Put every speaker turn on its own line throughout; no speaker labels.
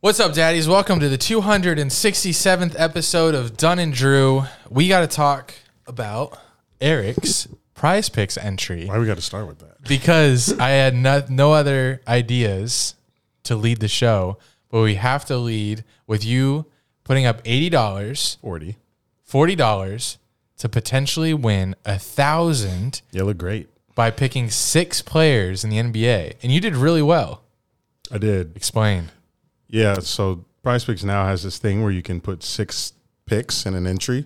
What's up, daddies? Welcome to the 267th episode of Dunn and Drew. We got to talk about Eric's prize picks entry
Why we got to start with that?
because I had no, no other ideas to lead the show, but we have to lead with you putting up $80,
Forty.
$40 to potentially win a thousand
You look great.
by picking six players in the NBA. And you did really well.
I did.
Explain.
Yeah. So Price Picks now has this thing where you can put six picks in an entry,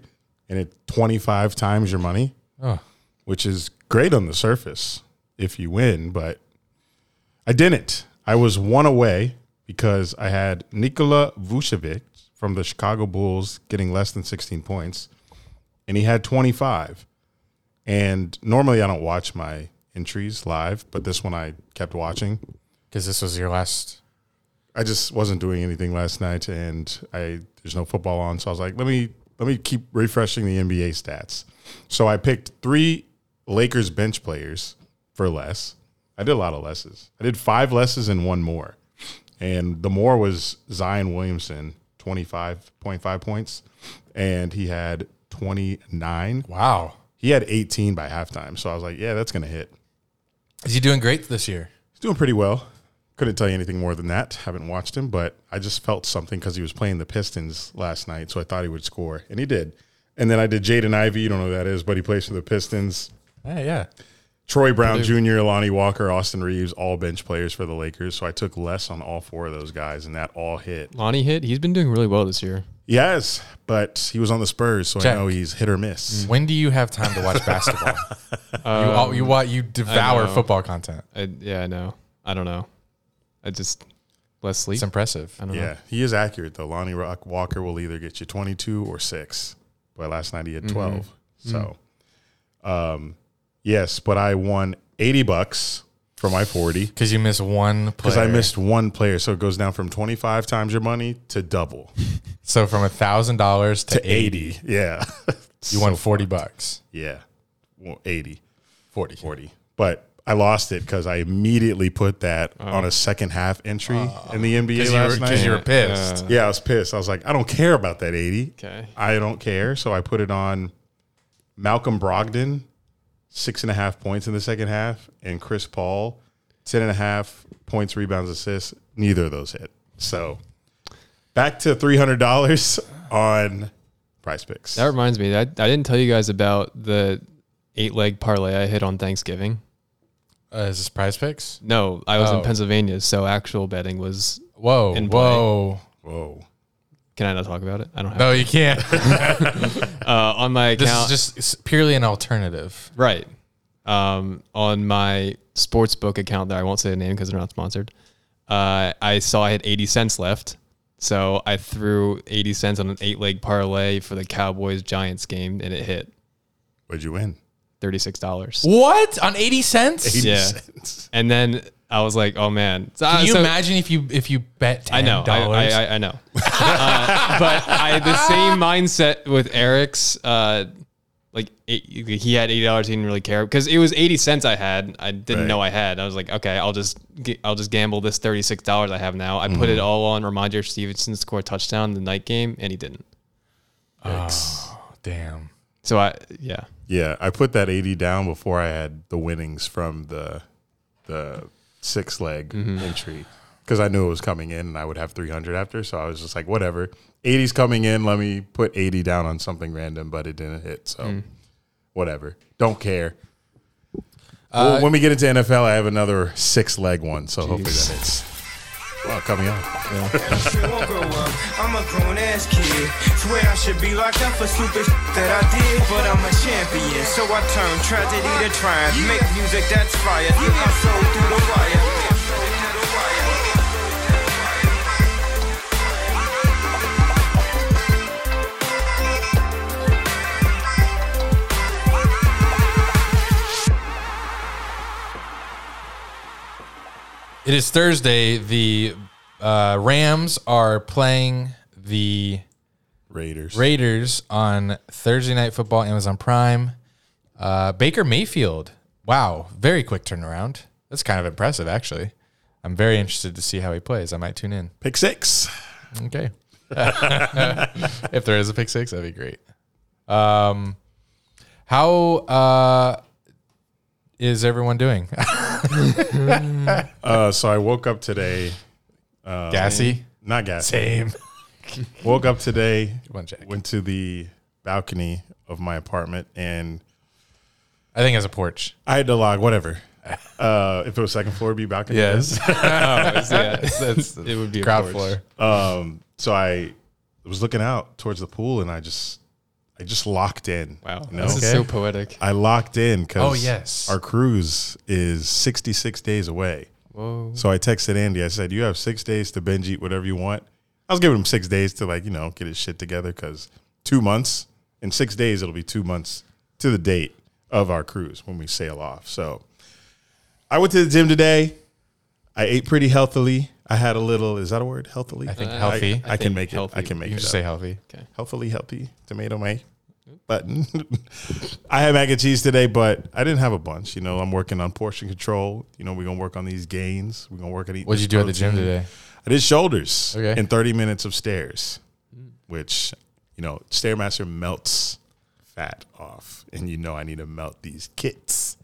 and it twenty five times your money,
Oh.
which is great on the surface if you win. But I didn't. I was one away because I had Nikola Vucevic from the Chicago Bulls getting less than sixteen points, and he had twenty five. And normally I don't watch my entries live, but this one I kept watching.
Because this was your last.
I just wasn't doing anything last night, and I there's no football on, so I was like, let me let me keep refreshing the NBA stats. So I picked three Lakers bench players for less. I did a lot of lesses. I did five lesses and one more, and the more was Zion Williamson, twenty five point five points, and he had twenty nine.
Wow.
He had eighteen by halftime, so I was like, yeah, that's gonna hit.
Is he doing great this year?
He's doing pretty well. Couldn't tell you anything more than that. Haven't watched him, but I just felt something because he was playing the Pistons last night, so I thought he would score, and he did. And then I did Jaden Ivey. You don't know who that is, but he plays for the Pistons.
Hey, yeah.
Troy Brown Jr., Lonnie Walker, Austin Reeves, all bench players for the Lakers. So I took less on all four of those guys, and that all hit.
Lonnie hit. He's been doing really well this year.
Yes, but he was on the Spurs, so
Check.
I know he's hit or miss.
When do you have time to watch basketball? you all, you wa-
Um,
you devour
know.
football content.
I, yeah, I know. I don't know. I just less sleep.
It's impressive.
I don't know.
Yeah, he is accurate though. Lonnie Rock Walker will either get you 22 or six, but last night he
Mm-hmm.
had 12. So, um, yes, but I won 80 bucks for my 40
Because you miss one
because I
player.
missed one player, so it goes down from 25 times your money to double
So from a thousand dollars to
to
eighty,
80. Yeah,
you won forty bucks.
yeah, well, 80,
40.
40. But I lost it because I immediately put that on a second half entry in the NBA
Because you, were-
last
Oh. 'cause
night.
you were pissed.
Uh,
yeah, I was pissed. I was like, I don't care about that 80.
Okay.
I don't care. So I put it on Malcolm Brogdon, six and a half points in the second half, and Chris Paul, ten and a half points, rebounds, assists. Neither of those hit. So back to three hundred dollars on price picks.
That reminds me. I, I didn't tell you guys about the eight leg parlay I hit on Thanksgiving.
Uh, is this prize picks?
No, I was
Oh.
in Pennsylvania, so actual betting was.
Whoa,
In play.
whoa.
Whoa.
Can I not talk about it? I don't have.
No, you can't.
Uh, on my
this is
account,
just it's purely an alternative.
right. Um, on my sports book account that I won't say the name because they're not sponsored. Uh, I saw I had eighty cents left, so I threw eighty cents on an eight leg parlay for the Cowboys Giants game, and it hit.
What'd you win?
thirty-six dollars.
What? On 80 cents?
Eighty
Yeah.
cents.
And then I was like, "Oh man!" So,
Can you
so-
imagine if you if you bet $10?
I know, I, I, I, I know. uh, but I had the same mindset with Eric's. Uh, like eight, he had eighty dollars, he didn't really care because it was eighty cents I had. I didn't
Right.
know I had. I was like, "Okay, I'll just g I'll just gamble this thirty-six dollars I have now." I put
Mm-hmm.
it all on Ramondre Stevenson to score a touchdown in the night game, and he didn't.
Oh, Damn.
So I, yeah,
Yeah, I put that eighty down before I had the winnings from the the six leg entry because I knew it was coming in and I would have three hundred after. So I was just like, whatever, 80's coming in. Let me put eighty down on something random, but it didn't hit. So whatever, don't care. well, when we get into NFL, I have another six leg one, so hopefully that hits. Well, coming up.
Shit won't grow up. I'm a grown ass kid. Swear I should be locked up for stupid that I did. But I'm a champion, so I turn tragedy to triumph. Make music that's fire. Get my soul through the wire.
It is Thursday. The uh, Rams are playing the
Raiders.
Raiders on Thursday Night Football, Amazon Prime. Uh, Baker Mayfield. Wow, very quick turnaround. That's kind of impressive, actually. I'm very interested to see how he plays. I might tune in.
Pick six.
Okay. if there is a pick six, that'd be great. Um, how uh, is everyone doing?
Uh, so I woke up today,
Gassy.
not gas.
Same.
Woke up today,
on, Jack.
went to the balcony of my apartment, and
I think it's a porch.
I had to log whatever. Uh, if it was second floor, it'd be balcony.
Oh,
yeah, it would be a
crowd
porch.
floor.
Um, so I was looking out towards the pool, and I just, I just locked in.
Wow,
you know?
this is so poetic.
I locked in because
Oh, yes.
our cruise is 66 days away.
Whoa.
So I texted Andy. I said, "You have six days to binge eat whatever you want." I was giving him six days to like you know get his shit together because two months in six days it'll be two months to the date of our cruise when we sail off. So I went to the gym today. I ate pretty healthily. I had a little. Is that a word? Healthily. I
think Uh, healthy.
I,
I
can
think
make it. I
healthy.
can make
You
it.
should
up.
say healthy.
healthily healthy tomato may button. I had mac and cheese today, but I didn't have a bunch. You know, I'm working on portion control. You know, we're gonna work on these gains. We're gonna work on eating.
What'd
this
you do at the gym
protein.
today?
I did shoulders
Okay. Mm.
in 30 minutes of stairs, which, you know, Stairmaster melts fat off. And you know I need to melt these kits.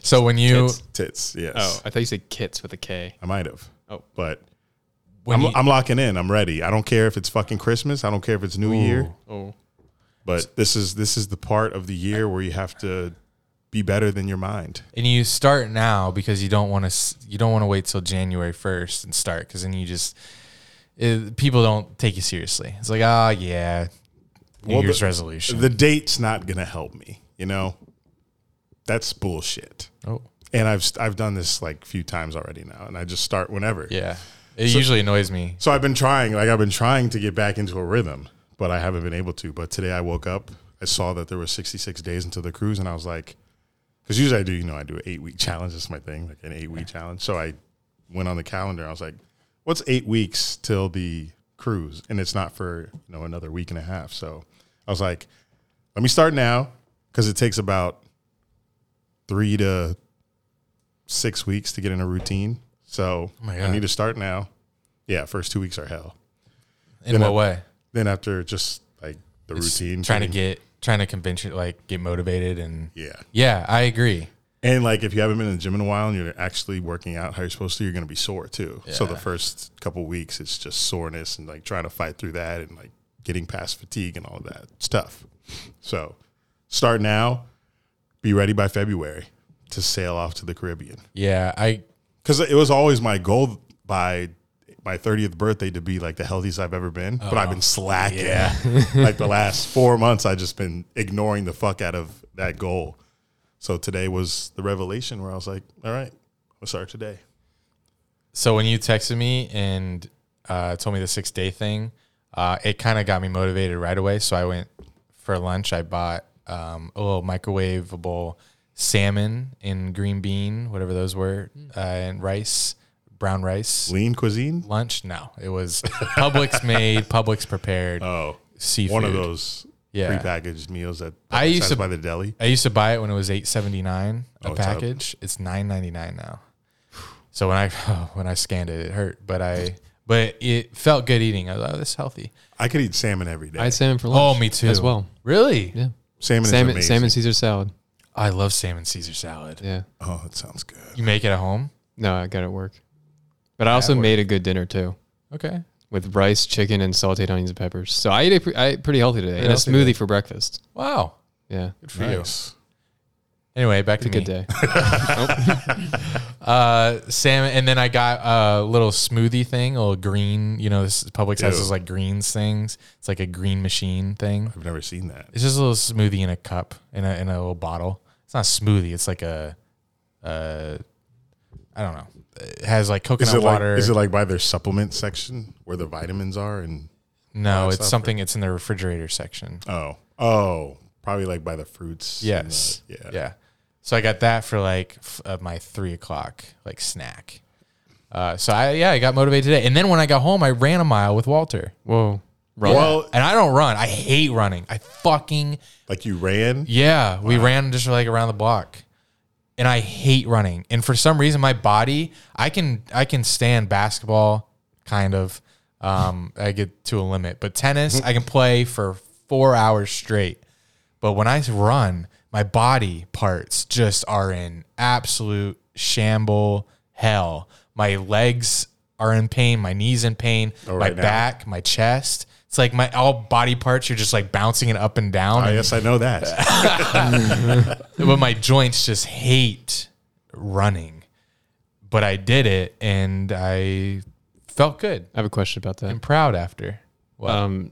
So when you
Kids.
Tits, yes.
Oh, I thought you said kits with a K.
I might have.
Oh.
But
when
I'm,
you,
I'm locking in. I'm ready. I don't care if it's fucking Christmas. I don't care if it's New Year.
Oh,
But this is this is the part of the year where you have to be better than your mind.
and you start now because you don't want to you don't want to wait till January first and start because then you just it, people don't take you seriously. It's like ah yeah, New
Well,
Year's
the-
resolution.
The date's not gonna help me, you know? That's bullshit.
oh
And I've I've done this like a few times already now, and I just start whenever.
yeah, it usually annoys me.
So I've been trying, like I've been trying to get back into a rhythm, but I haven't been able to. But today I woke up, I saw that there were 66 days until the cruise, and I was like, because usually I do, you know, I do an eight week challenge. That's my thing, like an eight week challenge. So I went on the calendar. I was like, what's eight weeks till the cruise? And it's not for you know another week and a half. So I was like, let me start now because it takes about three to six weeks to get in a routine. So
Oh my
I
God.
need to start now. Yeah, first two weeks are hell.
In what
I-
way?
Then after just like the routine,
Trying to
getting-
get trying to convince you like get motivated and
yeah.
yeah, I agree.
And like if you haven't been in the gym in a while and you're actually working out how you're supposed to, you're gonna be sore too. So the
Yeah.
first couple weeks it's just soreness and like trying to fight through that and like getting past fatigue and all of that stuff. So start now, be ready by February to sail off to the Caribbean.
Yeah, I
Because it was always my goal by my 30th birthday to be like the healthiest I've ever been, but
Oh,
I've been slacking. like the last four months, I've just been ignoring the fuck out of that goal. So today was the revelation where I was like, all right, let's start today.
so when you texted me and uh, told me the six day thing, uh, it kind of got me motivated right away. So I went for lunch. I bought um, a little microwavable salmon and green bean, whatever those were, uh, and rice, brown rice.
Lean cuisine?
Lunch? No, it was Publix made, Publix prepared
Oh,
seafood.
one of those
Yeah.
prepackaged meals that
I used to-
buy the deli.
I used to buy it when it was eight seventy nine a
Oh, it's up.
package. It's nine ninety nine now. So when I when I scanned it, it hurt, but I but it felt good eating. I was like, oh, this is healthy.
I could eat salmon every day.
I had salmon for lunch.
Oh, me too.
As well.
Really?
Yeah.
salmon,
Salmon,
is amazing.
salmon Caesar salad.
I love salmon Caesar salad.
Yeah.
Oh, it sounds good.
You make it at home?
No, I got it at work. But I also made a good dinner too
Okay.
with rice, chicken, and sauteed onions and peppers. So I ate, a pre- I ate pretty healthy today and a
healthy
smoothie
day.
for breakfast.
Wow.
Yeah.
Good for
Nice.
you. Anyway, back
It's a
to
good
me.
day.
Uh, salmon, and then I got a little smoothie thing, a little green. You know, this Publix has
Ew.
those like greens things. It's like a green machine thing.
I've never seen that.
It's just a little smoothie in a cup in a in a little bottle. It's not a smoothie. It's like a, uh, I don't know. It has like
Is
coconut
it like
water.
is it like by their supplement section where the vitamins are and
no,
it's
it's
not
something. It's in the refrigerator section.
oh oh probably like by the fruits. and
Yes.
the-
yeah.
yeah.
So I got that for like f- uh, my three o'clock like snack. Uh, so I yeah I got motivated today, and then when I got home, I ran a mile with Walter.
Whoa. Right.
Well,
And I don't run. I hate running. I fucking
like you ran.
yeah. We ran just like around the block, and I hate running. And for some reason, my body I can I can stand basketball kind of. Um, I get to a limit, but tennis I can play for four hours straight. But when I run, my body parts just are in absolute shamble hell. My legs are in pain, my knees in pain, my
Oh, right now.
back, my chest. It's like my all body parts are just like bouncing it up and down.
Ah,
and
yes, I know that.
but my joints just hate running. But I did it and I felt good
I have a question about that.
and proud after. Well,
Um,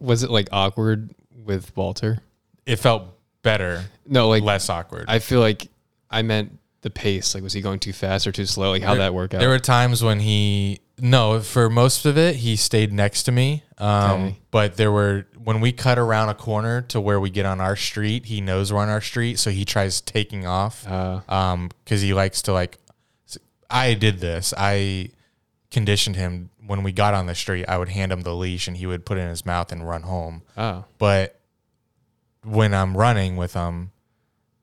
was it like awkward with Walter?
it felt better,
No, like
less awkward.
I feel like I meant the pace. Like, was he going too fast or too slow? Like, how that work out?
There were times when he no, for most of it he stayed next to me. Um,
Okay.
but there were when we cut around a corner to where we get on our street, he knows we're on our street, so he tries taking off.
Uh.
um, because he likes to like. s- I did this. I conditioned him when we got on the street. I would hand him the leash, and he would put it in his mouth and run home
oh,
but when I'm running with them,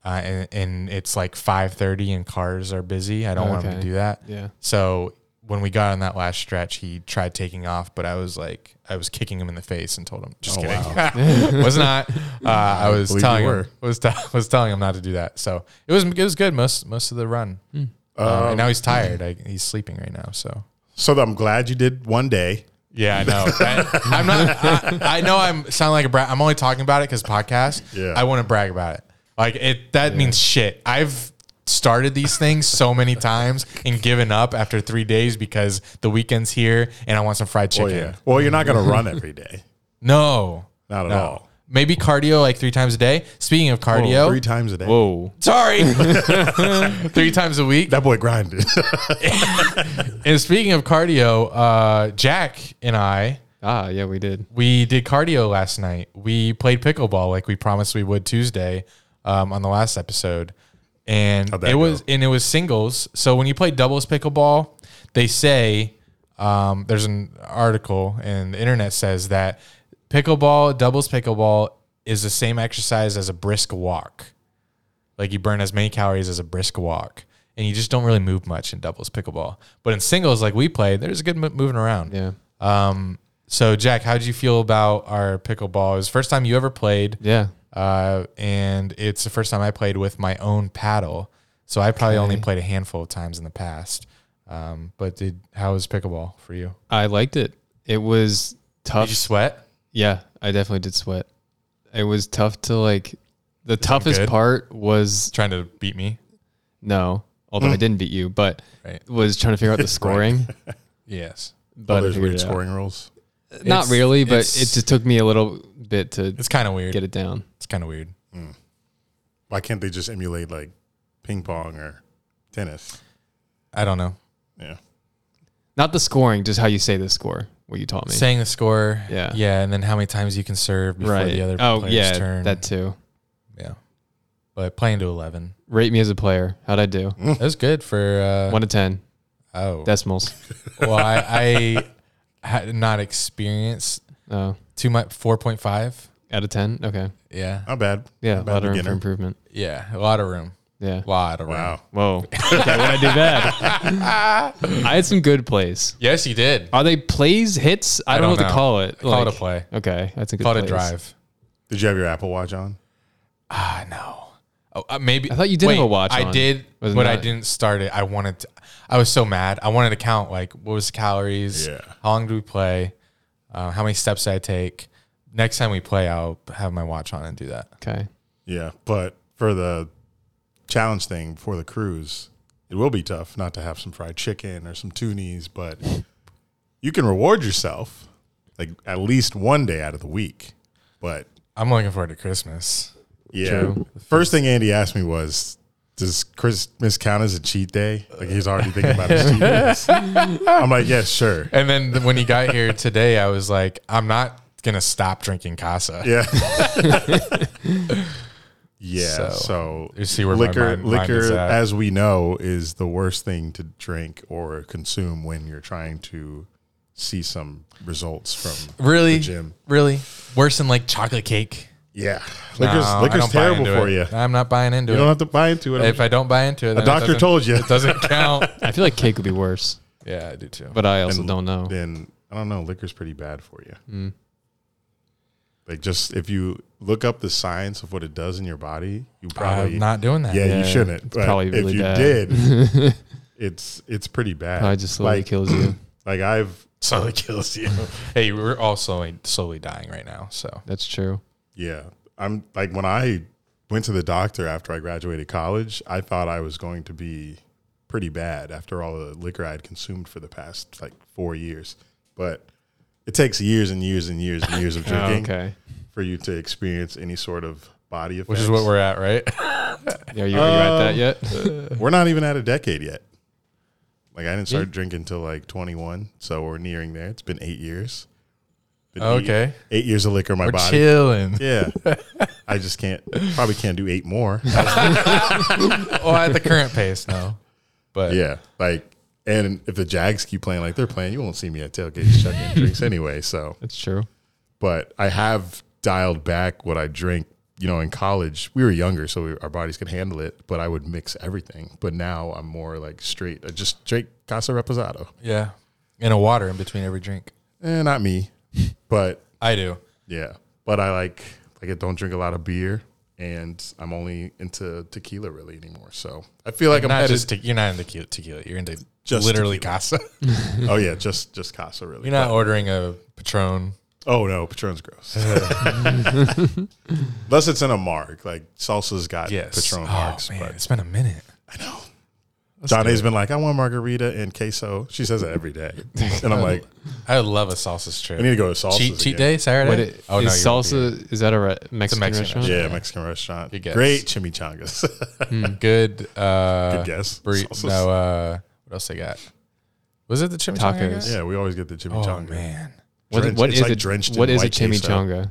uh, and, and it's like 5:30 and cars are busy, I don't want him to
Okay.
do that.
yeah.
So when we got on that last stretch, he tried taking off, but I was like, I was kicking him in the face and told him, just
Oh,
kidding, was not. Uh, I was
believe you
telling him,
were.
was t- was telling him not to do that. So it was it was good most most of the run. Uh,
Um,
and now he's tired. I, he's sleeping right now. So
so I'm glad you did one day.
yeah, I know. That- I'm not. I, I know I'm sound like a brat. I'm only talking about it because podcast.
Yeah.
I want to brag about it. Like it. That means shit. I've started these things so many times and given up after three days because the weekend's here and I want some fried
Oh
chicken.
yeah. Well, you're not gonna run every day.
No,
Not at
no.
all.
Maybe cardio like three times a day. Speaking of cardio,
Oh. Three times a day.
Oh.
Whoa.
sorry, three times a week.
That boy grinded.
And speaking of cardio, uh, Jack and I
Ah, yeah, we did.
We did cardio last night. We played pickleball like we promised we would Tuesday um, on the last episode, and
How'd that
it was
go?
and it was singles. So when you play doubles pickleball, they say um, there's an article and the internet says that pickleball doubles pickleball is the same exercise as a brisk walk. Like you burn as many calories as a brisk walk, and you just don't really move much in doubles pickleball. But in singles, like we play, there's a good mo- moving around.
Yeah.
Um, so Jack, how did you feel about our pickleball? It was the first time you ever played,
Yeah.
uh, and it's the first time I played with my own paddle. So I probably only played a handful of times in the past. Um, but did how was pickleball for you?
I liked it. It was tough.
Did you sweat?
Yeah, I definitely did sweat. It was tough to like. The toughest
good?
part was
Trying to beat me?
no, although I didn't beat you, but
Mm. Right.
was trying to figure out the scoring.
Yes.
But I
there's
figured
weird
it out.
scoring rules.
Not
It's-
really, but
it's-
it just took me a little bit to
It's kind of weird.
get it down.
It's kind of weird.
Why can't they just emulate like ping pong or tennis?
I don't know.
Yeah.
Not the scoring, just how you say the score. What you taught me.
Saying the score.
Yeah.
Yeah, and then how many times you can serve before the other
oh
player's
yeah,
turn.
that too.
yeah. But playing to eleven.
Rate me as a player. How'd I do?
That was good for uh,
One to ten
oh
decimals.
well, I, I had not experienced
Oh,
too much. Four point five.
out of ten. Okay.
Yeah,
Not bad.
Yeah, a
Not
lot of room for
beginner.
improvement.
yeah, a lot of room,
Yeah.
a lot of room.
Wow.
Whoa. Okay, what I do bad? I had some good plays.
Yes, he did.
Are they plays hits? I, don't, know what to call it.
Call it a play.
Okay, that's a good.
Call it a
plays.
drive.
Did you have your Apple Watch on?
Ah, no. Oh, uh, maybe
I thought you did have a watch
I
on.
did,
Was it
but I
not?
didn't start it. I wanted. To, I was so mad. I wanted to count like what was the calories.
Yeah.
How long do we play? Uh, how many steps did I take? Next time we play, I'll have my watch on and do that.
Okay.
Yeah. But for the challenge thing for the cruise, it will be tough not to have some fried chicken or some toonies, but you can reward yourself like at least one day out of the week. But
I'm looking forward to Christmas.
Yeah. First thing Andy asked me was, does Christmas count as a cheat day? Like he's already thinking about his cheat days. I'm like, yes, sure.
And then th- when he got here today, I was like, I'm not gonna stop drinking Casa.
Yeah. yeah. So,
So, you see where my
liquor,
mind- mind
liquor,
is at.
as we know, is the worst thing to drink or consume when you're trying to see some results from.
Really,
The gym.
really worse than like chocolate cake.
Yeah.
No,
Liquor's,
I
liquor's
don't buy
terrible
into
for
it.
you.
I'm not buying into
You
it.
don't have to buy into it.
if I don't buy into it, then it
doctor
doesn't-
told you.
it doesn't count.
I feel like cake would be worse,
yeah, I do too.
but I also
And
don't know.
Then I don't know. Liquor's pretty bad for you.
Hmm.
Like just if you look up the science of what it does in your body, you probably
I'm not doing that.
Yeah,
Yeah,
you shouldn't.
it's
But
probably really
if you
bad.
did, it's it's pretty bad.
Probably just slowly
like,
kills you.
Like I've slowly kills you.
Hey, we're all slowly, slowly dying right now. So
That's true.
Yeah. I'm like when I went to the doctor after I graduated college, I thought I was going to be pretty bad after all the liquor I had consumed for the past like four years. But it takes years and years and years and years of
Oh,
drinking
okay.
for you to experience any sort of body effects.
which is what we're at, right?
Are you, are you at that yet?
we're not even at a decade yet. Like I didn't start drinking till like 21, so we're nearing there. It's been eight years. Been eight-
Okay.
eight, years of liquor in my
we're
body.
chilling.
Yeah, I just can't. Probably can't do eight more.
Oh, at the current pace, no. But
Yeah, like, and if the Jags keep playing like they're playing, you won't see me at tailgates chucking drinks anyway. So,
That's true.
but I have dialed back what I drink. You know, in college we were younger, so we, our bodies could handle it. But I would mix everything. But now I'm more like straight. I just drink Casa Reposado.
yeah, and a water in between every drink.
Eh, not me, but
I do.
yeah. But I like like I don't drink a lot of beer, and I'm only into tequila really anymore. So I feel like I'm
Not
headed.
just te- you're not into tequila, tequila. You're into
Just
literally casa.
oh yeah, just just Casa really.
You're not ordering a Patron.
Oh no, Patron's gross. Unless it's in a mark, like salsa's got Patron
Oh,
marks.
man,
But
it's been a minute.
Johnny's been like, I want margarita and queso. She says that every day, and I'm like,
I would love a salsa strip.
I need to go to salsa.
cheat cheat day Saturday.
What it,
oh no,
is
you're-
salsa? Is that a re- Mexican,
Mexican
restaurant? Hmm.
Yeah, Mexican restaurant.
Good guess.
Great chimichangas.
good. Uh,
Good guess.
Burrito.
Salsas.
No. Uh, what else they got? Was it the chimichanga? I
Tacos.
guess?
yeah, we always get the chimichanga.
Oh man,
What,
Drenched-
what
it's
is
like
a-
drenched
What
in
is a
white queso.
chimichanga?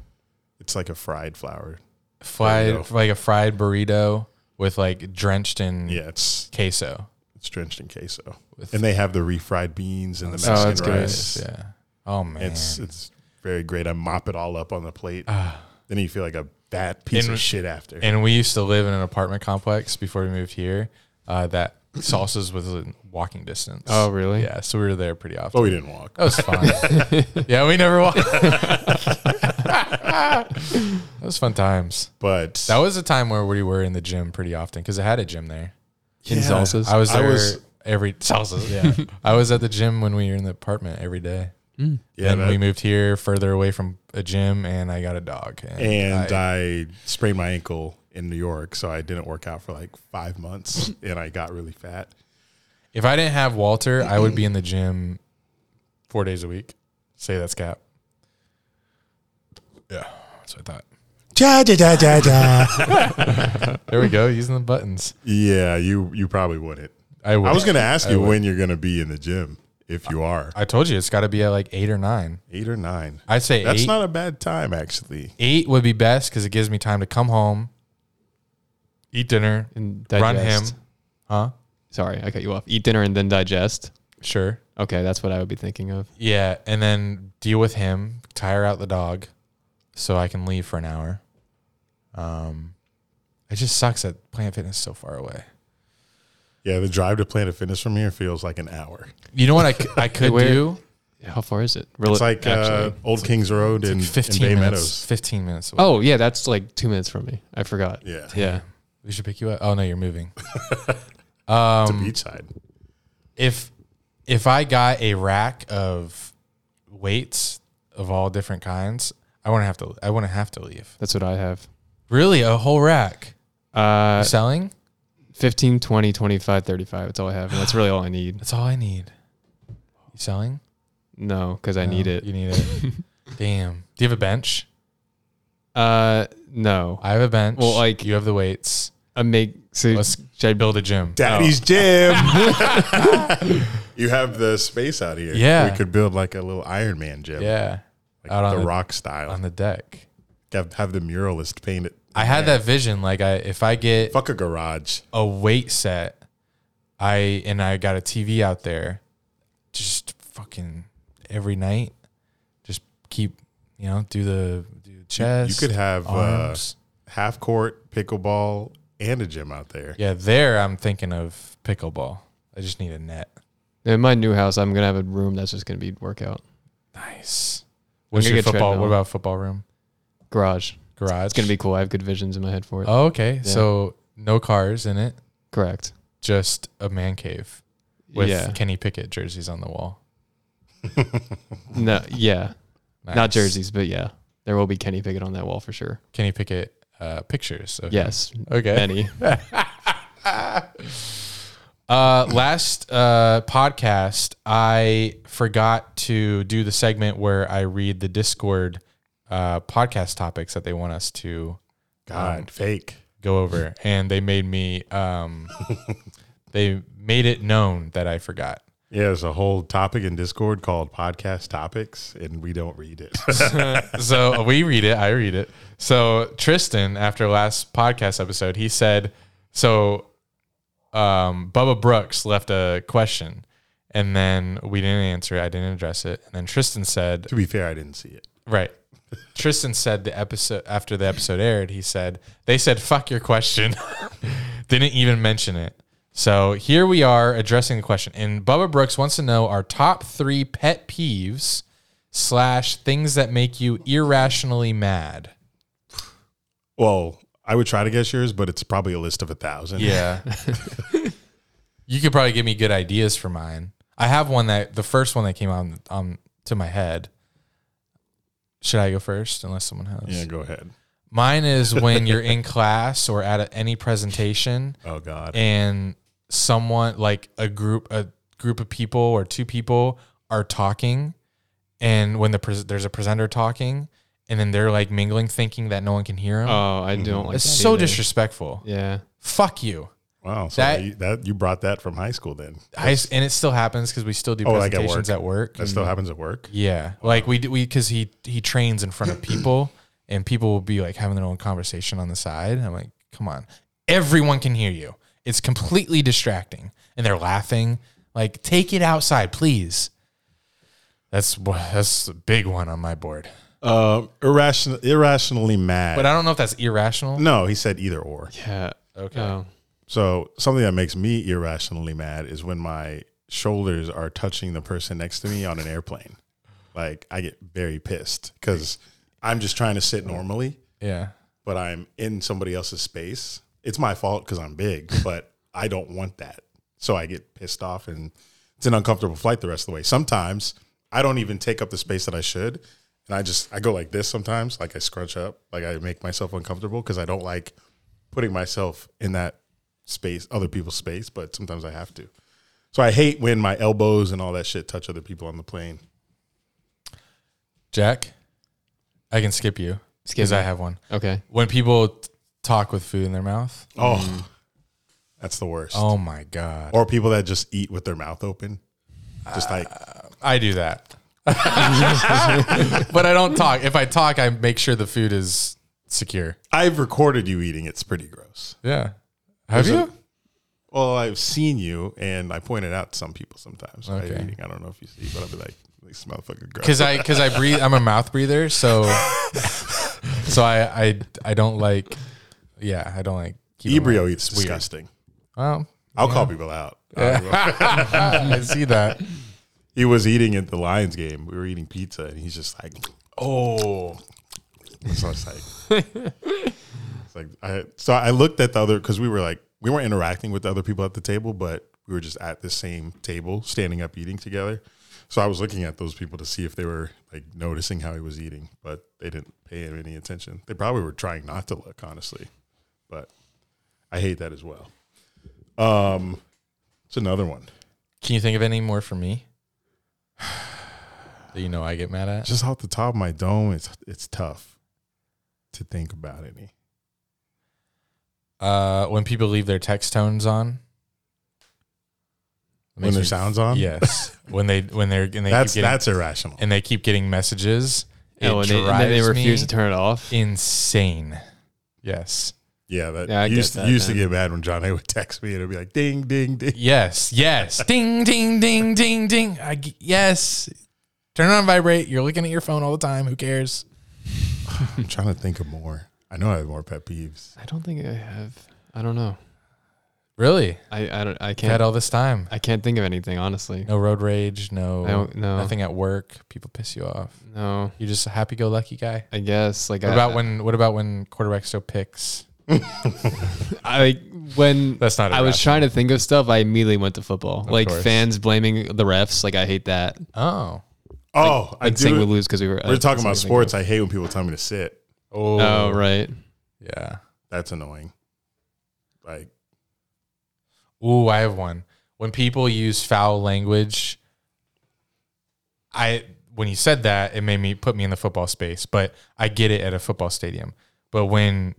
It's like a fried flour.
fried
Burrito.
like a fried burrito with like drenched in
Yeah, it's
queso.
it's drenched in queso, and they have the refried beans and the
Oh, that's
Mexican
good.
rice.
Yeah. Oh man. Ah.
It's it's very great. I mop it all up on the plate. then you feel like a bad piece
And-
of shit after.
and we used to live in an apartment complex before we moved here. Uh, that salsas was in walking distance.
Oh, really?
Yeah. So we were there pretty often.
but we didn't walk.
That was fun. yeah, we never walked. that was fun times.
But
That was a time where we were in the gym pretty often because I had a gym there.
In salsas?
I was
I
there
was-
every salsas. Yeah, I was at the gym when we were in the apartment every day.
yeah,
and
that-
we moved here further away from a gym, and I got a dog.
and I, sprained my ankle in New York, so I didn't work out for like five months, and I got really fat.
if I didn't have Walter, I would be in the gym four days a week. Say that's cap. Yeah, that's what I thought. There we go, using the buttons.
Yeah, you you probably wouldn't.
I,
I was gonna ask you
would.
when you're gonna be in the gym if you are
I told you it's got to be at like eight or nine.
eight or nine.
I'd say
That's
eight.
not a bad time actually.
eight would be best because it gives me time to come home, eat dinner,
And
run him.
digest.
Huh?
Sorry, I cut you off. Eat dinner and then digest.
Sure.
Okay, that's what I would be thinking of.
Yeah, and then deal with him, tire out the dog, so I can leave for an hour. Um, it just sucks that Planet Fitness is so far away.
Yeah, the drive to Planet Fitness from here feels like an hour.
You know what I, c- I could
Where-
do?
How far is it? Rel-
It's like uh,
actually.
Old Kings Road in, in
Fifteen
Bay
minutes.
Meadows.
Fifteen minutes. Away.
oh yeah, that's like two minutes from me. I forgot.
Yeah,
Yeah.
we should pick you up. Oh no, you're moving.
it's a beachside.
if if I got a rack of weights of all different kinds, I wouldn't have to. I wouldn't have to leave.
That's what I have.
Really, a whole rack
Uh,
selling.
15, 20, 25, 35. That's all I have. And that's really all I need.
That's all I need. You selling?
No, because I need
No,
it.
You need it. Damn. Do you have a bench?
Uh, no.
I have a bench.
Well, like-
you have the weights.
I make so
Let's should I build a gym?
Daddy's gym. you have the space out here.
Yeah.
we could build like a little Iron Man gym.
Yeah,
like
out on
the
the-
rock style.
on the deck.
have, have the muralist paint it.
I had that vision. Like, I if I get
Fuck a garage.
a weight set, I and I got a TV out there, just fucking every night, just keep you know do the do chest.
you could have uh,
arms.
half court pickleball and a gym out there.
yeah, there I'm thinking of pickleball. I just need a net.
in my new house, I'm gonna have a room that's just gonna be workout.
Nice. What's
gonna
your
get
football? What
treadmill.
about football room?
Garage.
Garage.
It's gonna be cool. I have good visions in my head for it.
Oh, okay. So no cars in it.
Correct.
Just a man cave with
yeah.
Kenny Pickett jerseys on the wall.
No. Yeah. Not
Nice.
jerseys, but yeah, there will be Kenny Pickett on that wall for sure.
Kenny Pickett uh, pictures. Okay.
Yes.
Okay.
Many.
Uh, last uh, podcast, I forgot to do the segment where I read the Discord uh, podcast topics that they want us to
God,
Um,
fake.
go over, and they made me. Um, they made it known that I forgot.
Yeah, there's a whole topic in Discord called podcast topics, and we don't read it.
so we read it. I read it. So Tristan, after last podcast episode, he said, so um, Bubba Brooks left a question, and then we didn't answer it. I didn't address it, and then Tristan said,
to be fair, I didn't see it.
right. Tristan said the episode after the episode aired, he said they said fuck your question, didn't even mention it. So here we are addressing the question, and Bubba Brooks wants to know our top three pet peeves slash things that make you irrationally mad.
Well, I would try to guess yours, but it's probably a list of a thousand.
Yeah. you could probably give me good ideas for mine. I have one that the first one that came on um to my head. Should I go first unless someone has?
Yeah, go ahead.
Mine is when you're in class or at a, any presentation
Oh God.
and someone like a group a group of people or two people are talking and when the pres there's a presenter talking and then they're like mingling thinking that no one can hear them.
Oh, I don't like.
it's
that
so
either.
disrespectful.
Yeah.
Fuck you.
wow. So
that-
that, you, that you brought that from high school then.
I s and it still happens because we still do
Oh, like at
presentations at work.
That still happens at work.
Yeah, like we do, we because he he trains in front of people, and people will be like having their own conversation on the side. I'm like, come on, everyone can hear you. It's completely distracting, and they're laughing. Like, take it outside, please. That's wha- that's a big one on my board,
Um, irrational, irrationally mad.
but I don't know if that's irrational.
no, he said either or.
Yeah.
Okay.
Oh.
So something that makes me irrationally mad is when my shoulders are touching the person next to me on an airplane. Like I get very pissed because I'm just trying to sit normally,
Yeah,
but I'm in somebody else's space. It's my fault because I'm big, but I don't want that. So I get pissed off and it's an uncomfortable flight the rest of the way. Sometimes I don't even take up the space that I should. And I just I go like this sometimes, like I scrunch up, like I make myself uncomfortable because I don't like putting myself in that space, other people's space, but sometimes I have to. So I hate when my elbows and all that shit touch other people on the plane.
Jack, I can skip you because I have one.
Okay.
When people t- talk with food in their mouth,
Oh, that's the worst.
oh my god,
Or people that just eat with their mouth open. Just like
I do that. but I don't talk. If I talk, I make sure the food is secure.
I've recorded you eating. It's pretty gross.
Yeah. Have
There's
you?
a- well, I've seen you, and I pointed out to some people sometimes. while you're
Okay.
eating. I don't know if you see, but I'll be like, "This motherfucker gross."
Because I because I breathe. I'm a mouth breather, so so I I I don't like. Yeah, I don't like. keeping my-
Ebrio eats disgusting.
Well,
I'll call people out. Uh,
I see that.
He was eating at the Lions game. We were eating pizza, and he's just like,
Oh,
so I was like, it's like I, so I looked at the other because we were like we weren't interacting with the other people at the table, but we were just at the same table, standing up eating together. So I was looking at those people to see if they were like noticing how he was eating, but they didn't pay him any attention. They probably were trying not to look, honestly. But I hate that as well. Um, it's another one.
can you think of any more for me? That you know I get mad at.
Just off the top of my dome, it's it's tough to think about any.
Uh, when people leave their text tones on.
When their
Makes me-
sounds on,
Yes, when they when they're and they
that's
keep getting
that's irrational.
and they keep getting messages. It
Oh, and, they, and then
drives
they refuse
me
to turn it off.
insane. Yes.
Yeah, that
Yeah, I
you
get
used,
that,
you used to
man.
get mad when John A would text me and it'd be like ding ding ding.
Yes. Yes. ding ding ding ding ding. I g yes. Turn it on vibrate. You're looking at your phone all the time. Who cares?
I'm trying to think of more. I know I have more pet peeves.
I don't think I have. I don't know.
Really?
I I don't
You
I
Had
can't
all this time.
I can't think of anything honestly.
No road rage. No.
I don't- no.
Nothing at work. People piss you off.
No,
You're just a happy-go-lucky guy.
I guess like
What
I,
about when? What about when quarterbacks still picks?
I like when
That's not
I was
irrational.
trying to think of stuff. I immediately went to football. like
course.
fans blaming the refs. Like I hate that.
Oh.
Oh, I
Like
do.
saying we lose because we were. uh,
We're talking about
that's what I think
sports. I hate when people tell me to sit.
Oh.
of. Oh right.
Yeah.
That's annoying. Like,
Ooh, I have one. When people use foul language, I when you said that, it made me put me in the football space, but I get it at a football stadium. But when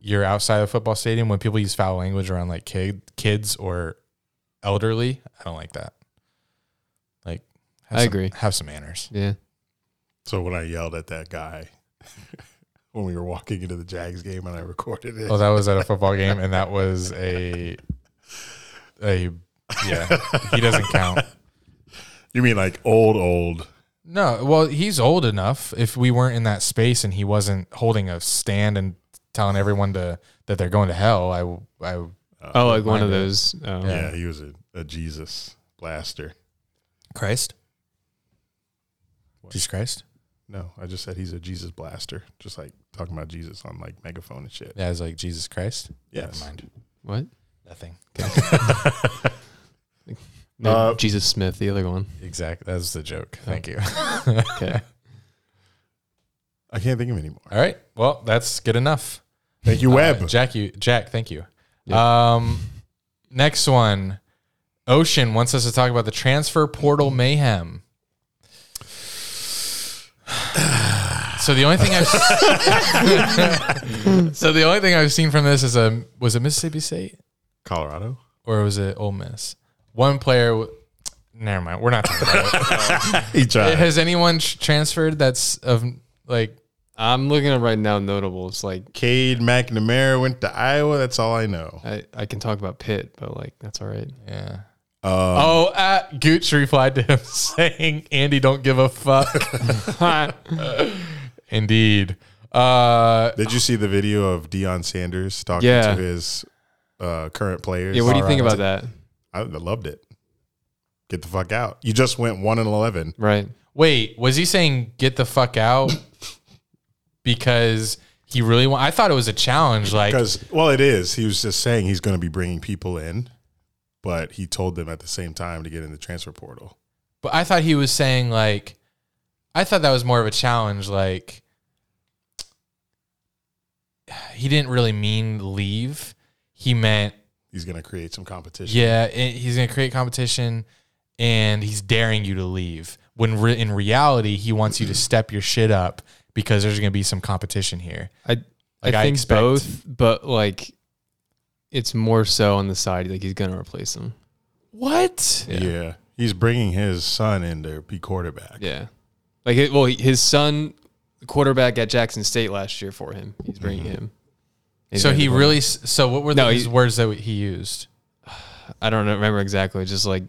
you're outside of a football stadium, when people use foul language around like kid, kids or elderly, I don't like that. Like have
I
some-
agree.
Have some manners.
Yeah.
so when I yelled at that guy when we were walking into the Jags game and I recorded it,
Oh, that was at a football game and that was a a yeah. He doesn't count.
you mean like old, old?
No, well, he's old enough. If we weren't in that space and he wasn't holding a stand and telling everyone to that they're going to hell, I, w- I w-
Oh, like one of
Mind it.
those. Oh.
Yeah, he was a, a Jesus blaster.
Christ, Jesus Christ.
No, I just said he's a Jesus blaster, just like talking about Jesus on like megaphone and shit.
Yeah, I was like Jesus Christ.
Yes.
Never mind.
What?
Uh,
Nothing.
No,
Uh,
Jesus Smith, the other one.
Exactly. That was the joke. Thank you.
Okay.
I can't think of any more.
All right. Well, that's good enough.
Thank you, Webb.
Uh, Jack, you Jack. Thank you. Um, next one. Ocean wants us to talk about the transfer portal mayhem. So the only thing I've so the only thing I've seen from this is a was it Mississippi State
Colorado.
or was it Ole Miss? One player. w- Never mind. We're not talking about it.
He tried.
Has anyone tr- transferred? That's of like
I'm looking at right now notables. Like
Cade McNamara went to Iowa. That's all I know.
I, I can talk about Pitt, but like that's all right.
yeah.
Uh,
Oh, uh, Gooch replied to him saying, "Andy, don't give a fuck." Indeed. Uh,
Did you see the video of Deion Sanders talking
Yeah.
to his uh, current players?
yeah, what do you think
Colorado.
about that?
I, I loved it. Get the fuck out. You just went one and eleven.
Right.
wait, was he saying "get the fuck out" because he really want? I thought it was a challenge. Like,
Because well, it is. He was just saying he's going to be bringing people in, but he told them at the same time to get in the transfer portal.
but I thought he was saying like, I thought that was more of a challenge. Like, he didn't really mean leave. He meant
He's going to create some competition.
Yeah, and he's going to create competition, and he's daring you to leave. When re- in reality, he wants you to step your shit up because there's going to be some competition here.
I
Like, I
I think
expect-
both, but like it's more so on the side like he's gonna replace him.
What?
Yeah. He's bringing his son in to be quarterback.
Yeah. Like it, well, his son quarterback at Jackson State last year for him. He's bringing him.
Mm-hmm. So he
really.
really. s- So what were the
No,
his
he-
words that he used?
I don't remember exactly. Just like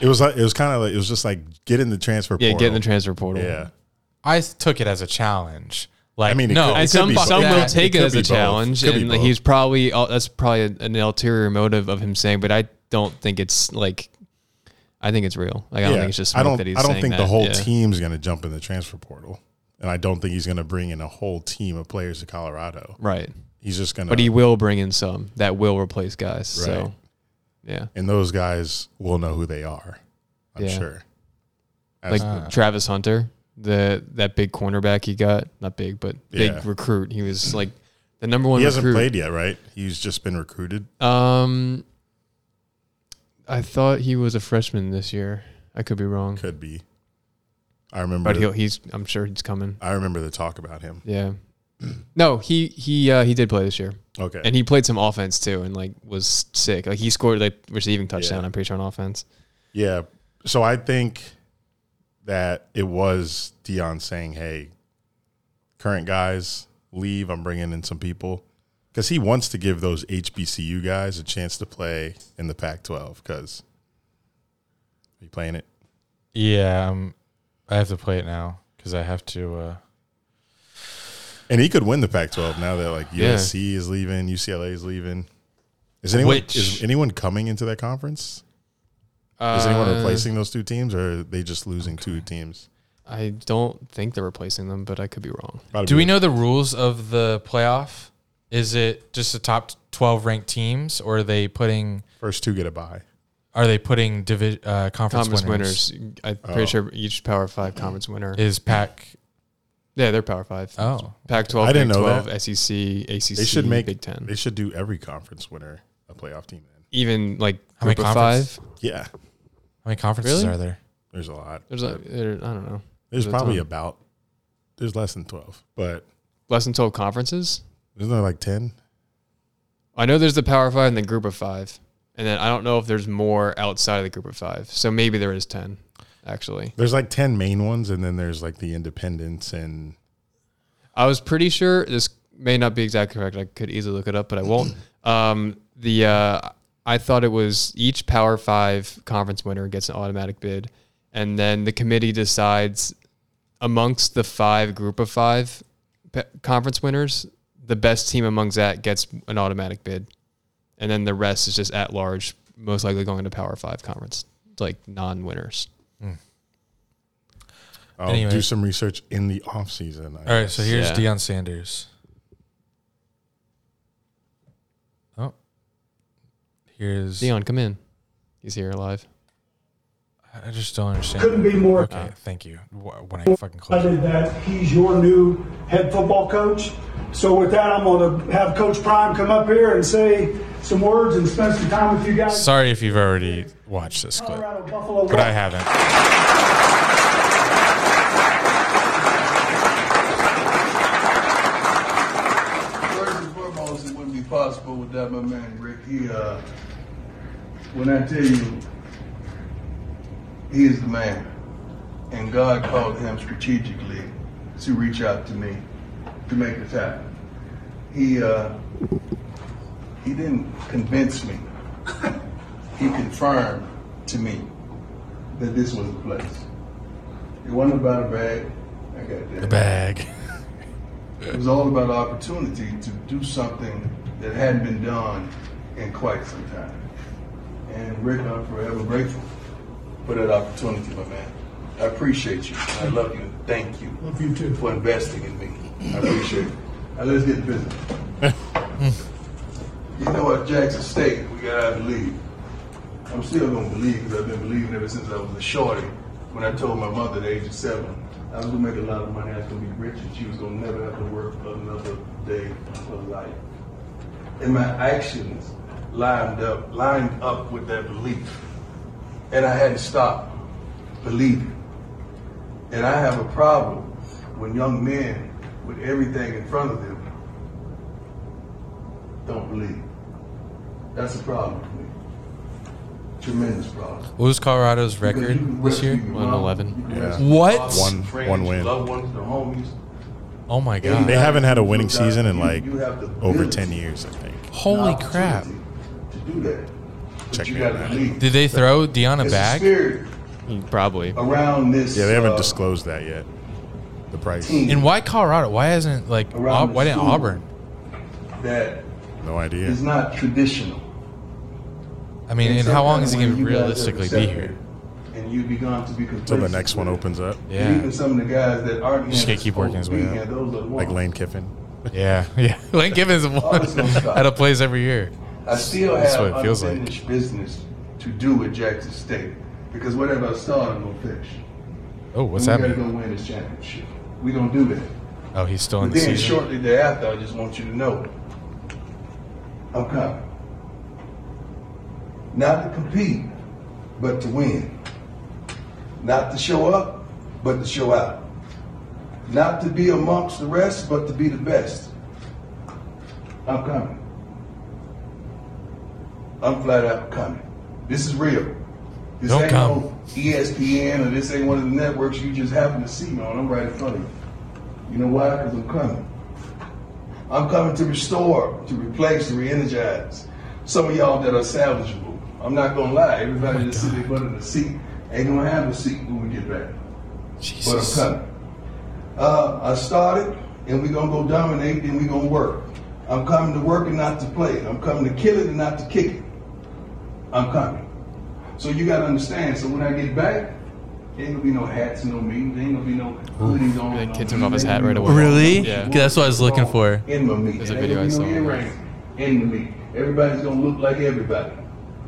It was like it was kind of like it was just like get in the transfer
yeah,
portal.
get in the transfer portal.
Yeah.
I s- took it as a challenge. Like,
I mean, it
no,
could-
And
it
it's-
some
be both.
some
Yeah.
will take
It
it,
could
as
be
a
both.
challenge,
Could be
and like,
both.
he's probably oh, that's probably an ulterior motive of him saying. But I don't think it's like, I think it's real. Like I don't think it's just
I
smoke
don't.
that he's
I don't
saying
think the
that.
whole
Yeah.
team's going to jump in the transfer portal, and I don't think he's going to bring in a whole team of players to Colorado.
right,
He's just going to.
but he will bring in some that will replace guys.
Right.
So yeah,
and those guys will know who they are. I'm
Yeah.
sure.
like
As-
Travis Hunter, the that big cornerback he got, not big but
Yeah.
big recruit. He was like the number one.
he hasn't
recruit.
played yet, right? He's just been recruited.
Um, I thought he was a freshman this year. I could be wrong,
Could be. I remember.
but he'll, he's. I'm sure he's coming.
I remember the talk about him.
Yeah. No, he he uh, he did play this year,
Okay.
and he played some offense too, and like was sick. Like he scored like receiving touchdown.
Yeah.
I'm pretty sure on offense.
Yeah. So I think that it was Dion saying, hey, current guys, leave. I'm bringing in some people. Because he wants to give those HBCU guys a chance to play in the Pac 12. Because are you playing it?
yeah, um, I have to play it now because I have to. Uh,
And he could win the Pac 12 now that like
Yeah.
USC is leaving, UCLA is leaving. Is anyone
Which-
is anyone coming into that conference? Is anyone
Uh,
Uh,
replacing those two teams, or are they just losing two teams?
I don't think they're replacing them, but I could be wrong.
Gotta
Do
be-
we know the rules of the playoff? Is it just the top twelve ranked teams, or are they putting
first two get a bye?
are they putting divi- uh, conference,
Conference
winners?
winners. I'm
Oh.
pretty sure each Power Five conference winner.
Is Pac?
yeah, they're Power Five.
Oh,
Pac-12,
I didn't
Big E
know
12,
that.
SEC, ACC,
They should make
Big Ten.
They should do every conference winner a playoff team. Then.
Even like
How many
group of
conference-
five.
Yeah,
how many conferences
Really?
are there?
there's a lot.
There's a, there, I don't know.
There's
a
probably
ton.
about there's less than twelve, but
less than twelve conferences.
isn't there like ten?
I know there's the Power Five and the Group of Five, and then I don't know if there's more outside of the Group of Five. So maybe there is ten, actually.
There's like ten main ones, and then there's like the independents and
I was pretty sure this may not be exactly correct. I could easily look it up, but I won't. Um, the uh, I thought it was each Power Five conference winner gets an automatic bid, and then the committee decides amongst the five Group of Five pe- conference winners, the best team amongst that gets an automatic bid, and then the rest is just at large, most likely going to Power Five conference, like non-winners.
I'll
Anyway.
oh, do some research in the off season.
All right, so here's
Yeah.
Deion Sanders. Oh, here's
Dion, come in. He's here live.
I just don't understand.
Couldn't be more-
Okay, thank you. Wh- When I fucking close. it.
excited that he's your new head football coach. So with that, I'm going to have Coach Prime come up here and say some words and spend some time with you guys.
Sorry if you've already watched this clip,
Colorado Buffalo
but I haven't.
First and foremost, it wouldn't be possible without my man Rick. He, uh, when I tell you, he is the man, and God called him strategically to reach out to me to make this happen. He, uh, he didn't convince me. he confirmed to me that this was the place. It wasn't about a bag. I got that.
Bag.
It was all about opportunity to do something that hadn't been done in quite some time. And Rick, I'm forever grateful for that opportunity, my man. I appreciate you. I love you. Thank you. Love you too. For investing in me. I appreciate it. Now let's get to business. you know at Jackson State, we got out to leave. I'm still gonna believe because I've been believing ever since I was a shorty. When I told my mother at the age of seven, I was gonna make a lot of money, I was gonna be rich, and she was gonna never have to work another day of her life. And my actions lined up, lined up with that belief. And I hadn't stopped believing. And I have a problem when young men with everything in front of them don't believe. That's a problem for me. Tremendous problem.
What was Colorado's
Because
record
you can
this
rescue
year?
your
One
mom,
eleven.
you can
Yeah.
rescue your
What?
father,
One-
friends,
one
your
win.
Loved ones, the homies.
Oh my
They
god!
haven't had a winning season in like
You have the
over
ability,
ten years, I think.
the
Holy
opportunity
crap!
To do that, but
Check
you
me
gotta
out.
believe.
Did they throw Dion a
It's the
bag?
spirit
Probably.
around this.
Yeah, they haven't
uh,
disclosed that yet. The price,
team
And why Colorado? Why hasn't like
Around
Aub- why didn't
the school.
Auburn?
that
no idea.
is not traditional.
I mean,
In
and
some
how long
kind
is
of
he
way,
going to
you guys have
realistically be
accepted
here?
it, And you've begun to be
Until the next one opens up,
Yeah.
Even some of the guys that aren't
Just
here
gotta keep working his
supposed to
way
be here, those are the
like
ones.
Lane Kiffin.
Yeah, yeah. Lane Giffin's one
this don't stop.
at a place every year.
I still
That's
have
what it feels like.
unfinished business to do at Jackson State because whatever I start, I'm gonna finish.
Oh, what's
And we
happening?
gotta go win this championship. We gonna do that.
Oh, he's still in
But
the
then
season.
shortly thereafter, I just want you to know, I'm coming. Not to compete, but to win. Not to show up, but to show out. Not to be amongst the rest, but to be the best. I'm coming. I'm flat out coming. This is real. This
Don't
ain't
come.
no E ESPN or this ain't one of the networks you just happen to see me on. I'm right in front of you. You know why? Because I'm coming. I'm coming to restore, to replace, to re-energize some of y'all that are salvageable. I'm not gonna lie.
Oh
Everybody that's sitting there in the seat ain't gonna have a seat when we get back.
Jesus.
But I'm coming. Uh, I started, and we're gonna go dominate, and we're gonna work. I'm coming to work and not to play. I'm coming to kill it and not to kick it. I'm coming. So you gotta understand. So when I get back, ain't gonna be no hats, no meetings. Ain't gonna be no hoodies on.
That
no
kid took
meetings,
off his
ain't
hat
gonna
right
be no-
away.
Really?
Yeah.
'Cause That's what I was looking for.
In my meat.
There's a
Ain't
video
gonna be
I
no
saw.
earrings. In the meat. Everybody's gonna look like everybody.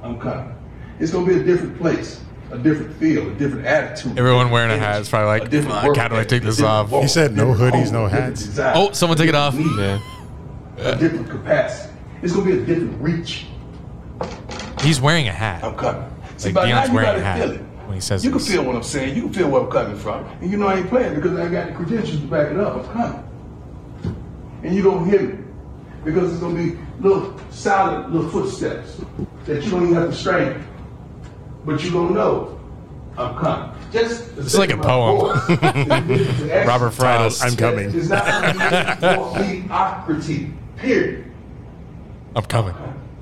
I'm coming. It's gonna be a different place, a different feel, a different attitude.
Everyone wearing a hat is probably like,
A different
"Fuck,
work
how do I
ethic,
take
a
this
different
off?"
walk,
He said no
different
hoodies, no
home, different
hats.
desire,
Oh, someone took it off.
different need,
Yeah.
A different capacity. It's gonna be a different reach.
He's wearing a hat.
I'm coming. See,
Like,
by
Dion's
now you
wearing a
gotta
hat
feel it.
when he says
you
this.
can feel what I'm saying. You can feel where I'm coming from, and you know I ain't playing because I got the credentials to back it up. I'm coming, and you gonna hear me because it's gonna be little solid little footsteps that you don't even have to strain, but you gonna know I'm coming. Just
It's like a poem. Robert
Titled,
Frost.
I'm coming.
It's not gonna be mediocrity. Period.
I'm coming.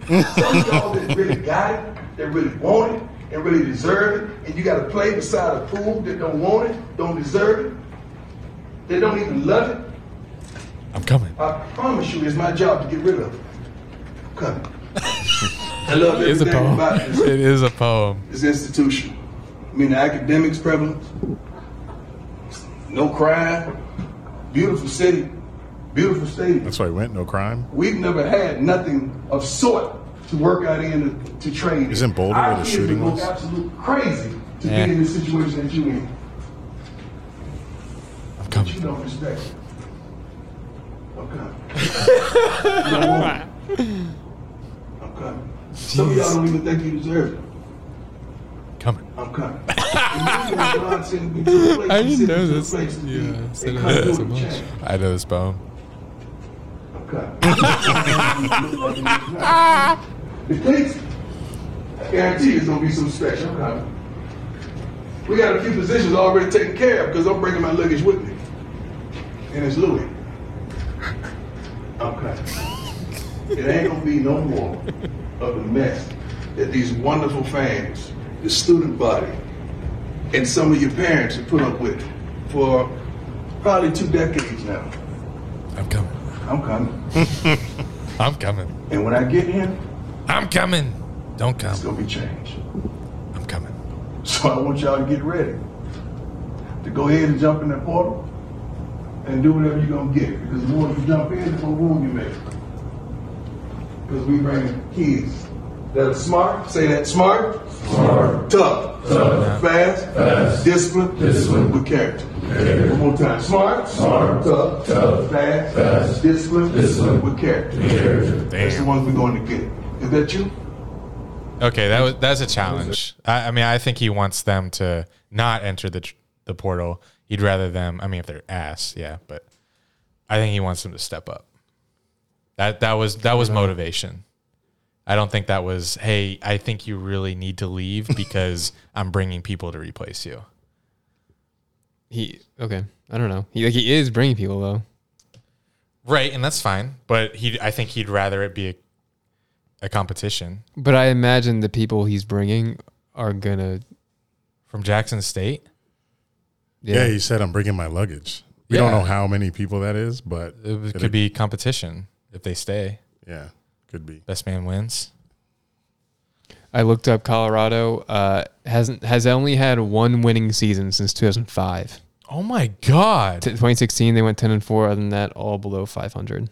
Some of y'all that really got it, that really want it, and really deserve it, and you got to play beside a fool that don't want it, don't deserve it, they don't even love it.
I'm coming.
I promise you, it's my job to get rid of it. Come. I love
It is a
everything
poem.
about this,
It is a poem.
this institution. I mean, the academics prevalent, no crime, beautiful city, beautiful state.
That's why he went. No crime.
We've never had nothing of sort to work out in to, to trade. in.
Isn't Boulder
Our
where the
kids
shooting
would go
was?
Absolutely crazy to
Yeah.
be in the situation that you in.
I'm
You
coming.
don't respect. it. I'm coming. you don't want it. I'm coming. Some of y'all don't even think you deserve it.
Coming.
I'm coming. I
didn't know this. Yeah, I said I didn't so much.
I know this poem.
I'm coming. it takes. I guarantee it's gonna be some special. I'm coming. We got a few positions already taken care of because I'm bringing my luggage with me, and it's Louis. I'm coming. It ain't gonna be no more of the mess that these wonderful fans, the student body, and some of your parents have put up with for probably two decades now.
I'm coming.
I'm coming.
I'm coming.
And when I get here,
I'm coming. Don't come.
it's gonna be changed.
I'm coming.
So I want y'all to get ready to go ahead and jump in that portal and do whatever you're gonna get. Because the more you jump in, the more room you make. Because we bring kids that are smart. Say that smart, smart, tough, tough, fast, fast, disciplined, disciplined, with character. One more time. Smart, smart, tough, tough, fast, fast, disciplined, disciplined, with character. That's the ones we're going to get. Is that you?
Okay, that was that's a challenge. I, I mean, I think he wants them to not enter the tr- the portal. He'd rather them. I mean, if they're ass, yeah. But I think he wants them to step up. That that was that was motivation. I don't think that was. Hey, I think you really need to leave because I'm bringing people to replace you.
He okay. I don't know. He like he is bringing people though.
Right, and that's fine. But he, I think he'd rather it be a, a competition
But I imagine the people he's bringing are gonna.
from Jackson State.
Yeah,
Yeah.
he said I'm bringing my luggage. We don't
Yeah.
know how many people that is, but
It could be competition if they stay.
yeah, could be.
Best man wins.
I looked up Colorado. Uh, hasn't has only had one winning season since 2005.
Oh my god.
T- 2016 they went 10 and 4. Other than that, all below 500.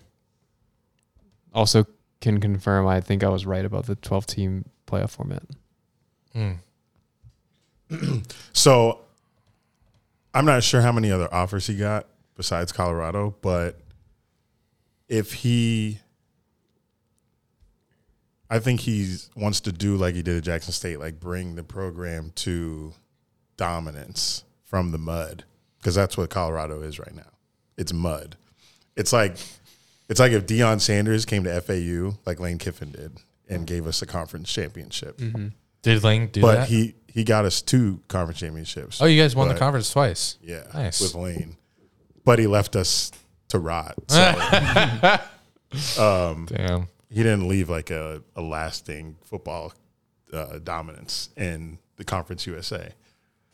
Also, can confirm. I think I was right about the 12 team playoff format.
So I'm not sure how many other offers he got besides Colorado, but if he I think he wants to do like he did at Jackson State, like bring the program to dominance from the mud because that's what Colorado is right now. It's mud. It's like it's like if Deion Sanders came to FAU like Lane Kiffin did and gave us a conference championship.
Did Ling do
But
that?
he he got us two conference championships.
oh, you guys won the
but-
conference twice.
Yeah,
Nice.
with Lane, but he left us to rot. So
Damn.
he didn't leave like a, a lasting football uh, dominance in the Conference USA.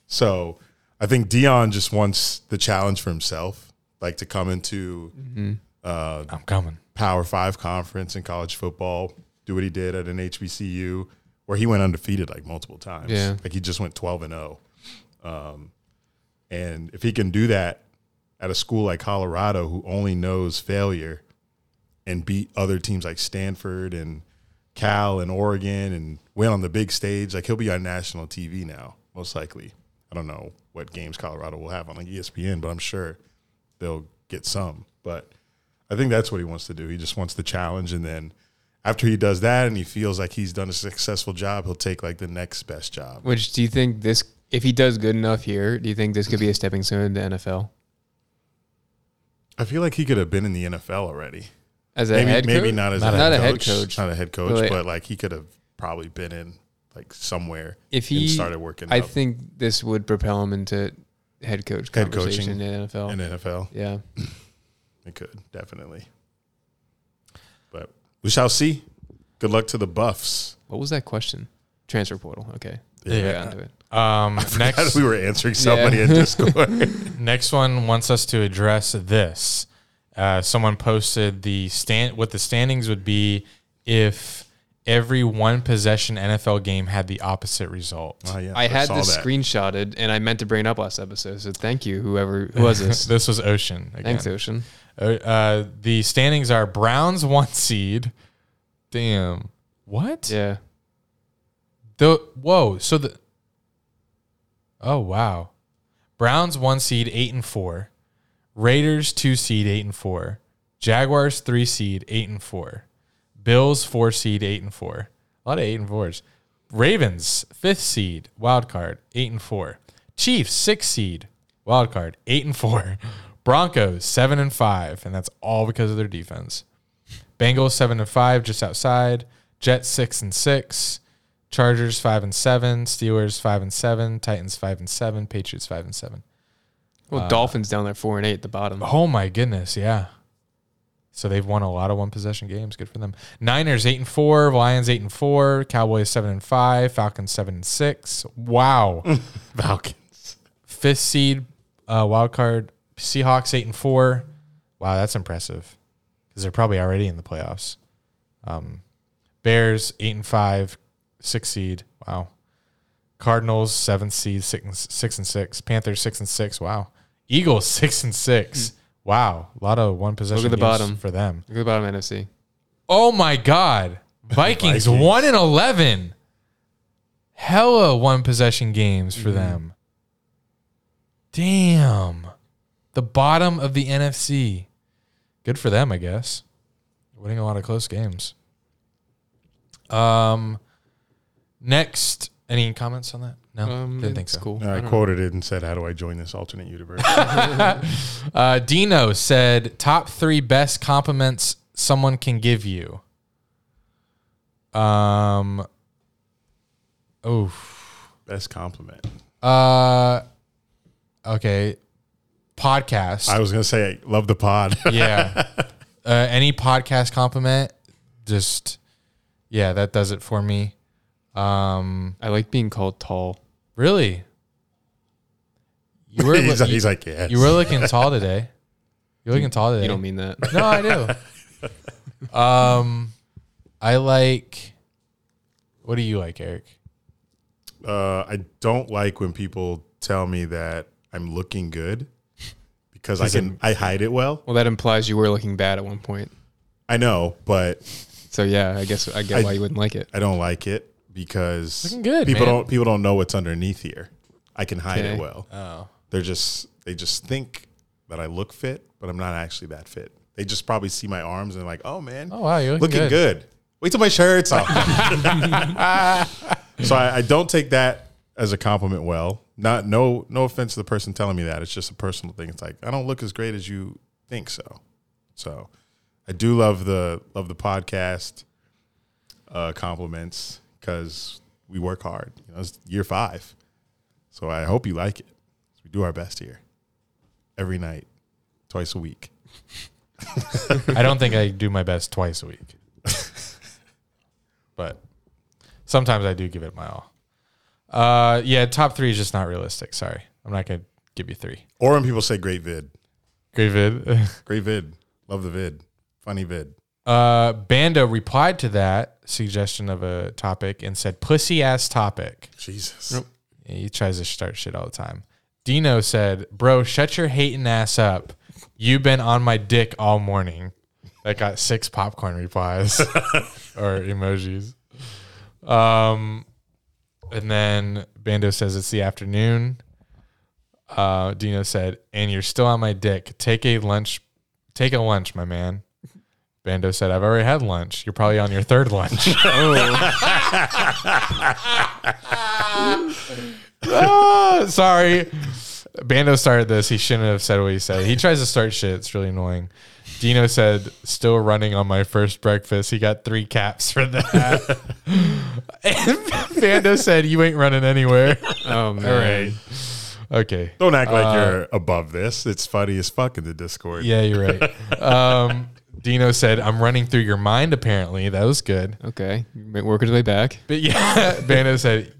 So I think Dion just wants the challenge for himself, like to come into
I'm coming.
Power Five conference in college football, do what he did at an HBCU where he went undefeated like multiple times.
Yeah.
Like he just went 12 and 0. Um, and if he can do that at a school like Colorado, who only knows failure and beat other teams like Stanford and Cal and Oregon and win on the big stage, like he'll be on national TV now, most likely. I don't know what games Colorado will have on like E ESPN, but I'm sure they'll get some. But I think that's what he wants to do. He just wants the challenge. And then after he does that and he feels like he's done a successful job, he'll take like the next best job.
Which do you think this? If he does good enough here, do you think this could be a stepping stone to NFL
I feel like he could have been in the NFL already.
as a head
Maybe,
coach?
maybe not as
not
a, head coach,
coach.
Not a head coach,
But, like-
but, like he could have probably been in like somewhere
If he
and started working
I
up
think this would propel him into head coach
Head
conversation
coaching
in NFL.
in NFL.
yeah,
It could definitely. But we shall see. Good luck to the Buffs.
what was that question? Transfer portal. Okay, we got into it.
Um, next,
we were answering somebody in Discord. Oh,
next one wants us to address this. Uh, someone posted the stand what the standings would be if every one possession NFL game had the opposite result.
Oh, yeah,
I had
saw
this
that.
screenshotted and I meant to bring it up last episode. So thank you, whoever who was this.
This was Ocean. Again.
Thanks, Ocean.
Uh, uh, the standings are Browns one seed. Damn. What?
Yeah,
The whoa. So the. Oh wow, Browns one seed eight and four, Raiders two seed eight and four, Jaguars three seed eight and four, Bills four seed eight and four. A lot of eight and fours. Ravens fifth seed wild card eight and four. Chiefs six seed wild card eight and four. Broncos seven and five, and that's all because of their defense. Bengals seven and five, just outside. Jets six and six. Chargers five and seven. Steelers five and seven. Titans five and seven. Patriots five and seven.
well, Dolphins down there four and eight at the bottom.
Oh my goodness, yeah. So they've won a lot of one possession games. Good for them. Niners eight and four. Lions eight and four. Cowboys seven and five. Falcons seven and six. Wow.
Falcons.
Fifth seed uh, wild card. Seahawks eight and four. Wow, that's impressive. Because they're probably already in the playoffs. Um, Bears eight and five, six seed. Wow. Cardinals seven seed, six and six and six. Panthers six and six. Wow. Eagles six and six. Wow. A lot of one possession.
Hmm. Look at the
games
bottom.
for them.
Look at the bottom NFC.
Oh my God. Vikings,
Vikings.
1 and 11. Hella one possession games for
Mm-hmm.
them. Damn. The bottom of the NFC. Good for them, I guess. Winning a lot of close games. Um, next, any comments on that? No,
Um,
didn't think
it's
so.
Cool.
I quoted it and said, "How do I join this alternate universe?"
Uh, Dino said, "Top three best compliments someone can give you." Um. Oh.
Best compliment.
Uh. Okay. Podcast.
I was gonna say, "Love the pod."
yeah. Uh, any podcast compliment, just yeah, that does it for me. Um.
I like being called tall.
Really. You were.
he's,
you,
he's like, "Yes."
you were looking tall today. You're looking tall today.
You don't mean that.
No, I do. um, I like. What do you like, Eric?
uh, I don't like when people tell me that I'm looking good because I can I hide it well.
Well, that implies you were looking bad at one point.
I know, but
So yeah, I guess I get
I-
why you wouldn't like it.
I don't like it because
Looking good,
people
man.
don't people don't know what's underneath here. I can hide
Okay.
it well.
Oh,
They're just they just think that I look fit, but I'm not actually that fit. They just probably see my arms and they're like, "Oh man,
oh wow, you're looking,
looking good.
good.
Wait till my shirt's off. so I, I don't take that as a compliment. Well, not no no offense to the person telling me that. It's just a personal thing. It's like I don't look as great as you think so. So I do love the love the podcast uh, compliments because we work hard. You know, it's year five, so I hope you like it. We do our best here every night, twice a week.
I don't think I do my best twice a week, but sometimes I do give it my all. Uh, yeah, top three is just not realistic. Sorry, I'm not gonna give you three.
Or when people say great vid,
Great vid.
Great vid. Love the vid. Funny vid.
Uh, Banda replied to that suggestion of a topic and said, "Pussy ass topic."
Jesus.
He tries to start shit all the time. Dino said, "Bro, shut your hating ass up. You've been on my dick all morning." That got six popcorn replies or emojis. Um, and then Bando says it's the afternoon. Uh, Dino said, "And you're still on my dick. Take a lunch. Take a lunch, my man." Bando said, "I've already had lunch. You're probably on your third lunch." Ah, sorry. Bando started this. He shouldn't have said what he said. He tries to start shit. It's really annoying. Dino said, "Still running on my first breakfast." He got three caps for that. and Bando said, "You ain't running anywhere."
Oh man.
Okay.
Don't act like you're above this. It's funny as fuck in the Discord.
Uh, Yeah, you're right. Um, Dino said, "I'm running through your mind." Apparently, that was good.
Okay. Work his way back.
But yeah, Bando said,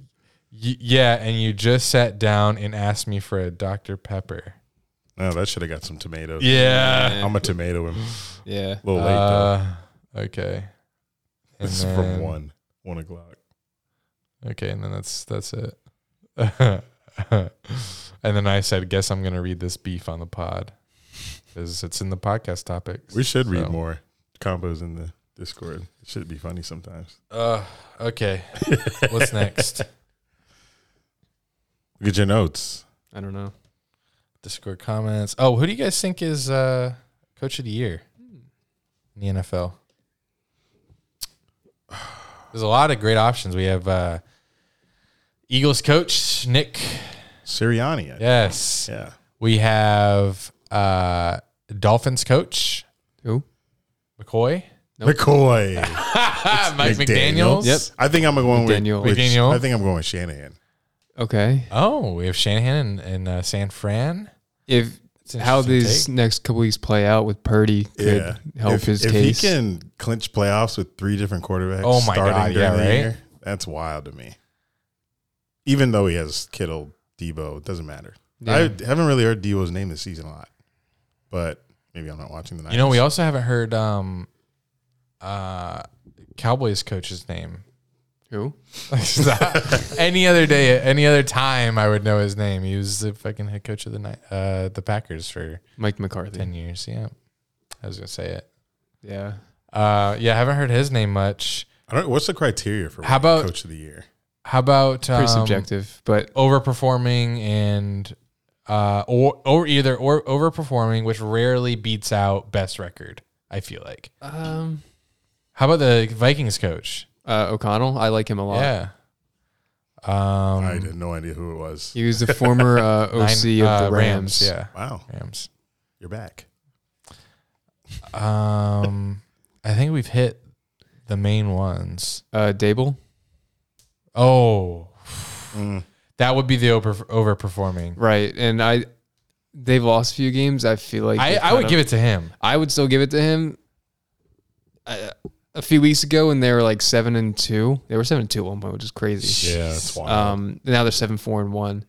"Y- "Yeah," and you just sat down and asked me for a Dr. Pepper.
Oh, that should have got some tomatoes.
Yeah.
I'm a tomato. him.
Yeah.
A little late though.
Uh, okay. And
This is
then-
from one, one o'clock.
Okay, and then that's that's it. and then I said, "Guess I'm gonna read this beef on the pod because it's in the podcast topics."
We should read
So-
more combos in the Discord. It should be funny sometimes.
Uh, okay, what's next?
Look at your notes.
I don't know.
Discord comments. Oh, who do you guys think is uh, coach of the year in the NFL? There's a lot of great options. We have uh, Eagles coach Nick.
Sirianni. I think.
Yes.
Yeah.
We have uh, Dolphins coach
Who?
McCoy.
McCoy.
Ah, Mike
McDaniel.
McDaniels.
Yep.
I think I'm going with,
McDaniel.
with-
McDaniel.
I think I'm going with Shanahan.
Okay.
Oh, we have Shanahan and, and uh, San Fran.
If how
interesting
these
take.
next couple weeks play out with Purdy could
yeah.
help
if,
his
if
case.
he can clinch playoffs with three different quarterbacks
Oh my
starting
God,
during
yeah,
the
right?
year, that's wild to me. Even though he has Kittle, Debo, it doesn't matter. I haven't really heard Debo's name this season a lot, but maybe I'm not watching the Niners.
You know, we also haven't heard um, uh, Cowboys coach's name.
Who?
any other day, any other time, I would know his name. He was the fucking head coach of the night, uh, the Packers for
Mike McCarthy.
ten years. Yeah, I was gonna say it.
Yeah.
Uh, yeah, I haven't heard his name much.
I don't, what's the criteria for
How
winning
about-
coach of the year?
How about um,
Pretty subjective, but
overperforming and uh, or or either or overperforming, which rarely beats out best record. I feel like.
um,
How about the Vikings coach?
uh, O'Connell. I like him a lot.
Yeah. Um,
Mm-hmm.
I had no idea who it was.
He was the former uh, OC
nine-
of
uh,
the Rams.
Yeah,
wow,
Rams.
you're back.
Um, I think we've hit the main ones.
Uh, Dable.
Oh,
Mm.
that would be the over overperforming.
Right. And I, they've lost a few games. I feel like
I,
they've
I would
kinda-
give it to him.
I would still give it to him. Uh, a few weeks ago, when they were like seven and two, they were seven and two at one point, which is crazy.
Yeah, that's wild.
Um, now they're seven four and one.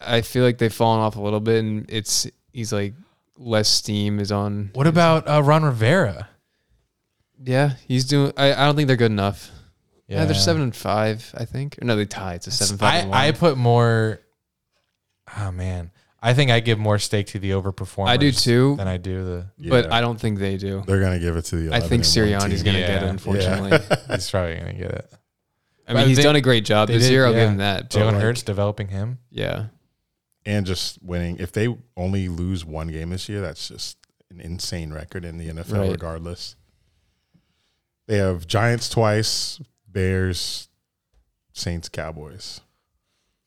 I feel like they've fallen off a little bit, and it's he's like less steam is on.
What about uh, Ron Rivera?
Yeah, he's doing. I, I don't think they're good enough. Yeah. they're seven and five, I think. Or no, they tied. It's a seven five. and one.
I, I put more. Oh man, I think I give more stake to the overperformers.
I do too.
than I do the.
but
Yeah.
I don't think they do.
They're gonna give it to the.
I
11
think
and one
Sirianni's
team.
gonna get
Yeah.
it. Unfortunately,
He's probably gonna get it.
I
But
mean he's
they-
done a great job
They
this
did-
year. I'll
yeah.
give him that. but,
Jalen
like,
Hurts developing him.
Yeah,
and just winning. If they only lose one game this year, that's just an insane record in the NFL,
Right.
regardless. They have Giants twice, Bears, Saints, Cowboys.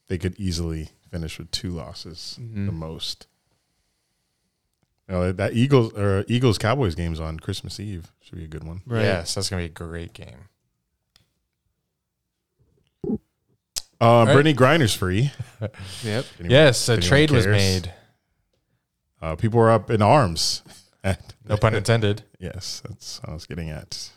They could easily finish with two losses,
Mm-hmm.
the most. You know, that Eagles or Eagles Cowboys game's on Christmas Eve. Should be a good one.
right.
Yes, that's gonna be a great game.
Uh,
right.
Brittany Griner's free.
Yep.
Anyone-
Yes, a
anyone
trade was
cares?
made.
Uh, people were up in arms.
No pun intended.
Yes, that's what I was getting at.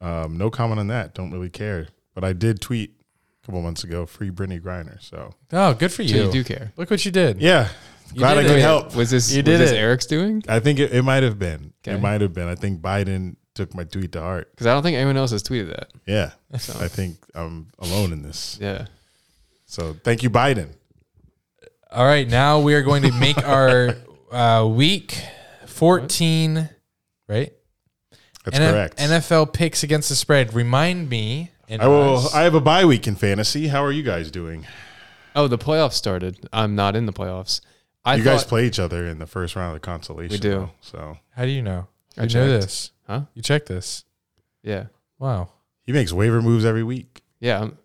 Um, no comment on that. Don't really care. But I did tweet a couple months ago, free Brittany Griner. So
Oh, good for
So
you.
you do care.
Look what you did.
yeah, Glad I
did
could
it.
help.
Was this,
You
was
did
this
it.
Eric's doing?
I think it, it might have been.
Okay.
It might have been. I think Biden took my tweet to heart.
Because I don't think anyone else has tweeted that.
Yeah. I think I'm alone in this.
Yeah.
So thank you, Biden.
All right, now we are going to make our uh, week 14, right?
That's
NF-
correct.
NFL picks against the spread. Remind me. And
I will.
us-
I have a bye week in fantasy. How are you guys doing?
Oh, the playoffs started. I'm not in the playoffs. I
you guys
thought-
play each other in the first round of the consolation.
We do.
though, So
how do you know?
I
You know
checked.
this.
Huh?
You check this.
Yeah.
Wow.
he makes waiver moves every week.
Yeah. I'm-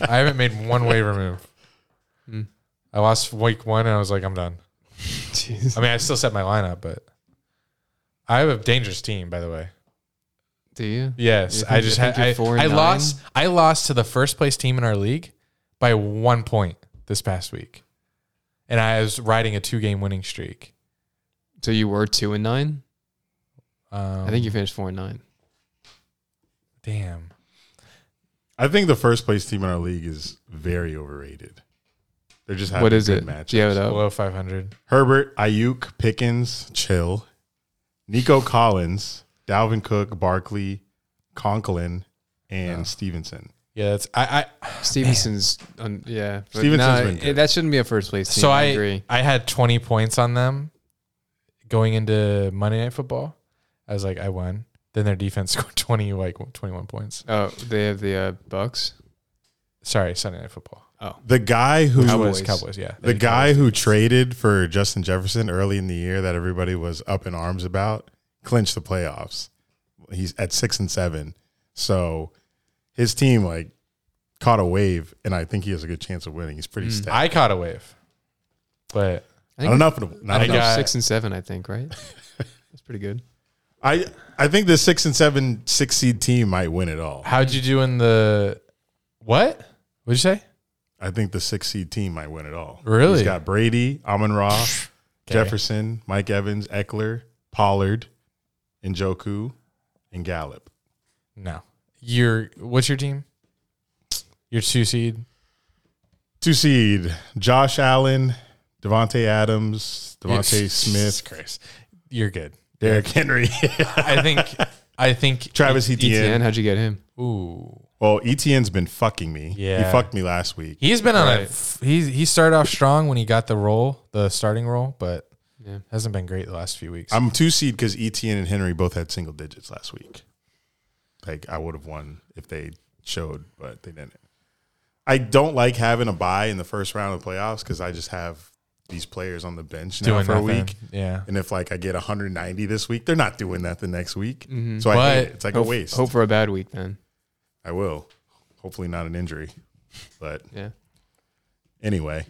I haven't made one waiver move.
Hmm.
I lost week one and I was like, I'm done.
Jeez.
I mean, I still set my lineup, but I have a dangerous team, by the way.
Do you?
Yes,
You
I
think-
just
you
had
think you're
I,
four and
I
nine?
lost I lost to the first place team in our league by one point this past week, and I was riding a two game winning streak.
So you were two and nine?
Um,
I think you finished four and nine.
damn.
I think the first place team in our league is very overrated. They're just having
What is
good
it?
matchups.
Do you have it up?
Below 500.
Herbert, Ayuk, Pickens, Chill, Nico Collins, Dalvin Cook, Barkley, Conklin, and Stevenson.
Yeah, that's I. I
Stevenson's, um, yeah. but
Stevenson's
nah,
been good.
it- that shouldn't be a first place team.
so I
I, agree.
I had 20 points on them going into Monday Night Football. I was like, I won. Then their defense scored 20 like 21 points.
Oh, they have the uh, Bucks.
Sorry, Sunday Night Football.
The guy who
Cowboys.
Cowboys.
Cowboys. Yeah.
the guy who traded for Justin Jefferson early in the year that everybody was up in arms about clinched the playoffs. He's at six and seven, so his team like caught a wave, and I think he has a good chance of winning. He's pretty stacked.
I caught a wave, but
Not enough. Not
I
enough.
got-
Six and seven, I think, right? That's pretty good.
I I think the six and seven six seed team might win it all.
how'd you do in the what? What'd you say?
I think the six seed team might win it all.
Really?
He's got Brady, Amon Ra, Jefferson, Mike Evans, Eckler, Pollard, Njoku, and Gallup.
No. Your what's your team? Your two seed.
Two seed, Josh Allen, Devontae Adams, Devontae
Jesus
Smith,
Christ. You're good.
Derrick Henry,
I think I think
Travis
Dan,
Etienne.
how'd you get him?
ooh.
Well, E Etienne's been fucking me.
Yeah.
He fucked me last week.
He's been on
Right.
a he he started off strong when he got the role, the starting role, but
Yeah.
hasn't been great the last few weeks.
I'm two seed because Etienne and Henry both had single digits last week. Like I would have won if they showed, but they didn't. I don't like having a bye in the first round of the playoffs because I just have these players on the bench now for a
nothing.
week.
Yeah.
And if like I get 190 this week, they're not doing that the next week. So I
But
hate it. it's like
Mm-hmm. Hope,
a waste.
hope for a bad week then.
I will. Hopefully not an injury. But
Yeah.
anyway,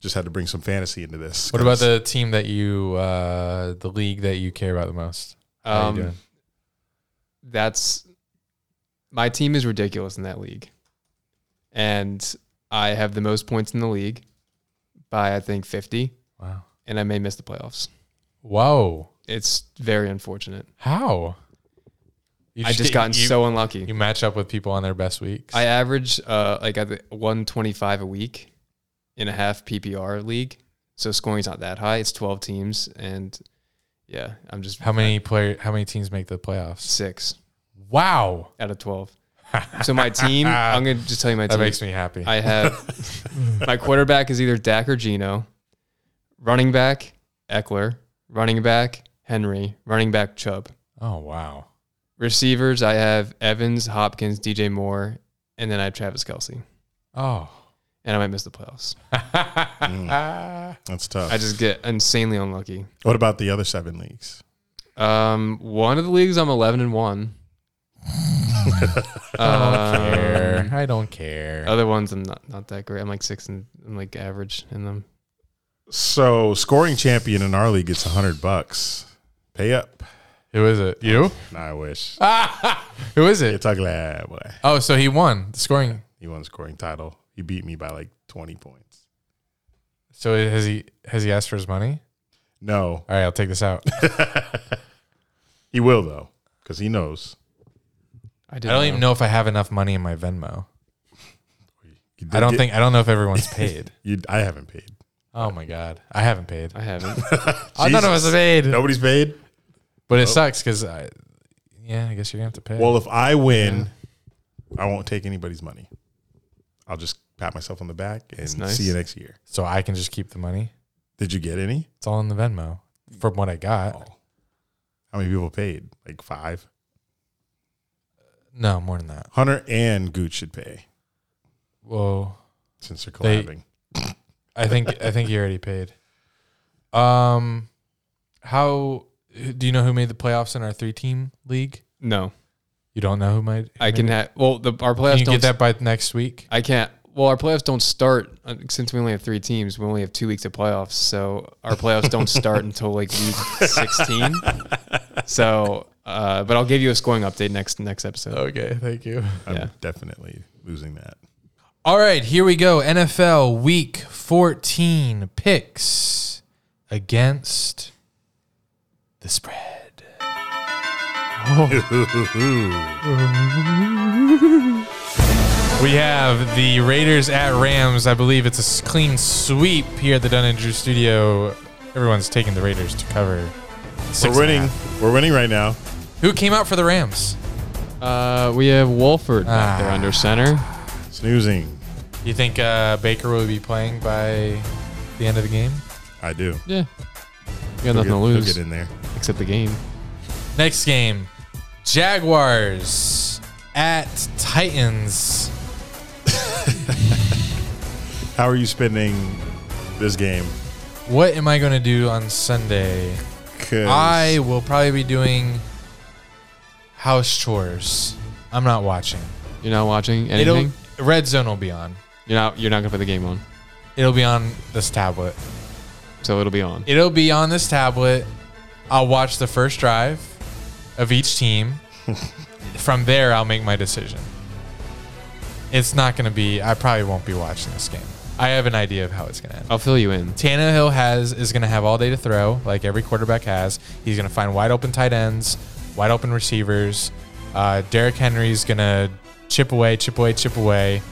just had to bring some fantasy into this.
What about
'cause
the team that you uh the league that you care about the most? How you
Um,
doing?
that's my team is ridiculous in that league, and I have the most points in the league by I think fifty,
Wow.
and I may miss the playoffs.
Whoa.
It's very unfortunate.
How? You
I just
get-
gotten
you-
so unlucky.
You match up with people on their best weeks.
I average uh, like at one twenty five a week in a half PPR league, so scoring's not that high. It's twelve teams, and yeah, I'm just
how many player? How many teams make the playoffs?
six
Wow,
out of twelve. So my team, I'm gonna just tell you my
that
team.
makes me happy.
I have my quarterback is either Dak or Gino, running back Eckler, running back Henry, running back Chubb.
oh wow,
Receivers I have Evans, Hopkins, DJ Moore, and then I have Travis Kelsey.
oh
And I might miss the playoffs.
That's tough.
I just get insanely unlucky.
what about the other seven leagues?
Um, one of the leagues I'm 11 and one. Uh,
care. I don't care.
Other ones I'm not, not that great. I'm like six and I'm like average in them.
So scoring champion in our league gets hundred bucks. Pay up.
Who is it? You?
Nah, I wish.
Ah. Who is it?
It's ugly ah, boy.
Oh, so he won the scoring.
He won the scoring title. He beat me by like twenty points.
So has he? Has he asked for his money?
No,
All right, I'll take this out. I
he will though, because he knows.
I, didn't
don't even know if I have enough money in my Venmo.
You
I don't
did-
think. I don't know if everyone's paid.
you. I haven't paid.
Oh my god, I haven't paid.
I haven't.
I thought it was
Jesus.
paid,
Nobody's paid.
but it sucks because I. Yeah, I guess you're gonna have to pay.
Well, if I win, I won't take anybody's money. I'll just pat myself on the back and
nice.
see you next year.
so I can just keep the money.
Did you get any?
It's all in the Venmo from what I got.
Oh. How many people paid? Like five.
No, more than that.
Hunter and Gooch should pay
Whoa,
since they're
They-
collabing.
I think I think you already paid. Um, how do you know who made the playoffs in our three team league?
no,
You don't know who might.
I can have. Well, the, our
Can
playoffs
you
don't.
get that by next week?
I can't. Well, our playoffs don't start uh, since we only have three teams. We only have two weeks of playoffs, so our playoffs don't start until like week sixteen. So, uh, but I'll give you a scoring update next next episode.
Okay, thank you.
I'm
Yeah.
definitely losing that.
All right, here we go. NFL Week 14 picks against the spread. we have the Raiders at Rams. I believe it's a s- clean sweep here at the Dunn and Drew Studio. Everyone's taking the Raiders to cover. Six and a
we're winning.
half.
We're winning right now.
Who came out for the Rams?
Uh, we have Wolford back there under center.
Snoozing.
You think uh, Baker will be playing by the end of the game?
I do.
Yeah, we got nothing to
He'll get- he'll
lose
Get in there.
except the game.
Next game Jaguars at Titans.
How are you spending this game?
What am I going to do on Sunday?
'Cause
I will probably be doing house chores. I'm not watching.
You're not watching anything.
It'll Red Zone will be on.
You're not. You're not gonna put the game on.
It'll be on this tablet.
So it'll be on.
It'll be on this tablet. I'll watch the first drive of each team. From there, I'll make my decision. It's not going to be. I probably won't be watching this game. I have an idea of how it's going to end.
I'll fill you in.
Tannehill has is going to have all day to throw, like every quarterback has. He's going to find wide open tight ends, wide open receivers. Uh, Derrick Henry's going to chip away, chip away, chip away.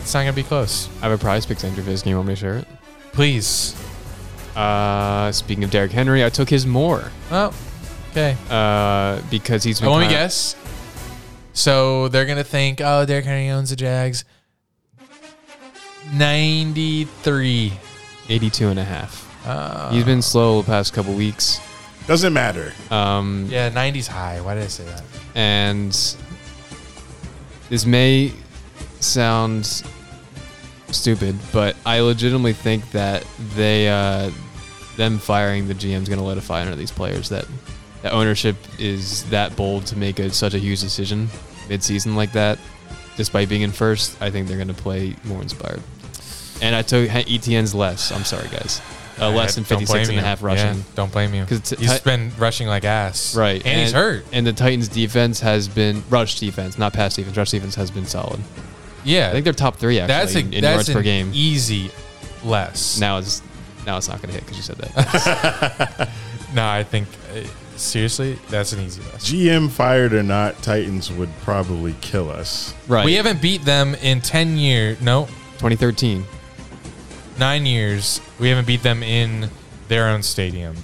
It's not going to be close.
I have a prize picks entry for this game. Want me to share it?
Please.
Uh, speaking of Derrick Henry, I took his more
Oh, okay.
uh, because he's. Been
I want me
kinda-
guess. So they're gonna think, oh, Derrick Henry owns the Jags. Ninety-three.
82 and a half.
Ah.
He's been slow the past couple weeks.
doesn't matter.
Uh.
Um,
Yeah, ninety's high. Why did I say that?
and this may sound stupid, but I legitimately think that they, uh, them firing the GM's going to let a fire under these players. That, that ownership is that bold to make a, such a huge decision mid-season like that, despite being in first. I think they're going to play more inspired. And I took ETN's less. I'm sorry, guys. Uh, less than
Don't
56
blame
and a
you.
half
Yeah,
rushing.
don't blame you.
'Cause it's-
he's
I-
been rushing like ass.
Right.
and, he's hurt.
And the Titans defense has been rush defense, not pass defense. Rush defense has been solid.
Yeah,
I think they're top three actually
that's a,
in, in
that's
yards per
an
game.
easy less.
now it's now it's not going to hit because you said that.
no, I think uh, seriously, that's an easy less.
GM fired or not, Titans would probably kill us.
right.
We haven't beat them in ten years. No,
2013.
nine years, we haven't beat them in their own stadium.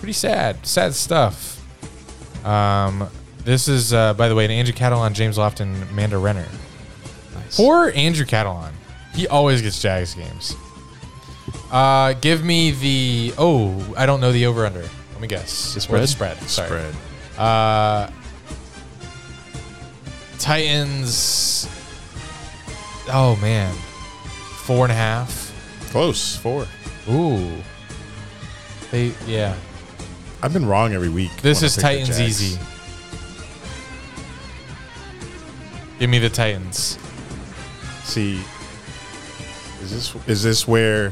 Pretty sad. Sad stuff. Um, this is, uh, by the way, an Andrew Catalan, James Lofton, Amanda Renner.
Nice.
Poor Andrew Catalan. He always gets Jags games. Uh, give me the. Oh, I don't know the over under. Let me guess.
The
Or the
spread?
spread. Sorry.
Spread.
Titans. Oh, man. Four and a half.
Close. Four.
Ooh. They, yeah.
I've been wrong every week.
This
when I
is
pick the
Titans
Jags.
easy. Give me the Titans.
See, is this is this where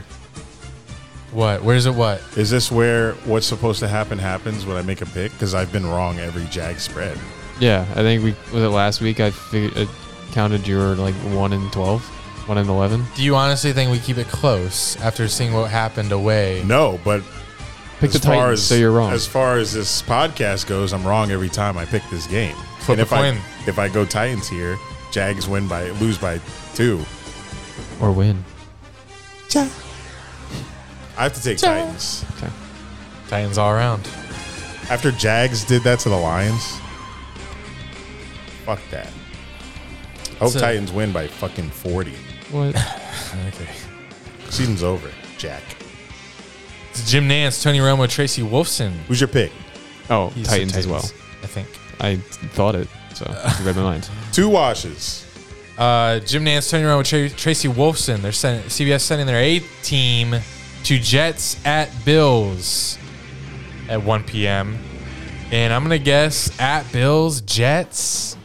What? Where's it? What?
is this where what's supposed to happen happens when I make a pick? Because I've been wrong every Jag spread.
Yeah, I think we was it last week. I figured I counted you were like one in 12, one in 11.
Do you honestly think we keep it close after seeing what happened away?
No, but
Pick the
as far
Titans,
as
so you're wrong.
As far as this podcast goes, I'm wrong every time I pick this game.
Flip
and if
a
I
coin.
if I go Titans here, Jags win by lose by two.
or win.
I have to take Titans.
Titans all around.
After Jags did that to the Lions, fuck that. I hope
So-
Titans win by fucking 40.
What?
Okay.
Season's over, Jack.
It's Jim Nance, Tony Romo, Tracy Wolfson.
Who's your pick?
Oh,
He's
Titans,
the
as well.
I think.
I thought it, so you read my mind.
Two washes.
Uh, Jim Nance turning around with Tra- Tracy Wolfson. They're sending CBS sending their eighth team to Jets at Bills at 1 p.m. And I'm gonna guess at Bills Jets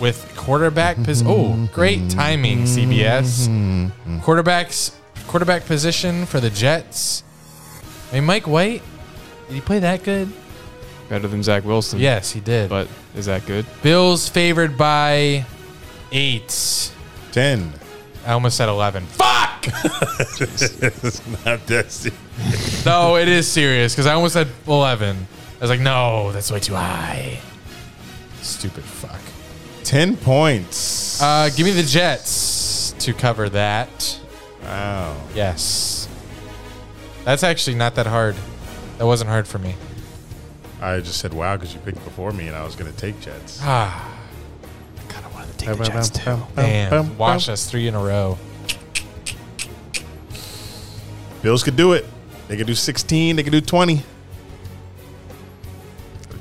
with quarterback. Pos- oh, great timing, CBS. Quarterbacks quarterback position for the Jets. I mean, Mike White. Did he play that good?
Better than Zach Wilson.
Yes, he did.
But is that good?
Bills favored by eight.
10.
I almost said 11. Fuck!
it's not that
no, it is serious because I almost said 11. I was like, no, that's way too high. Stupid fuck.
10 points.
Uh, give me the Jets to cover that.
wow.
Yes. That's actually not that hard. That wasn't hard for me.
I just said wow because you picked before me and I was going to take Jets.
Ah,
God, I wanted to take the Jets too.
damn. Watch us three in a row.
Bills could do it. They could do 16. They could do 20.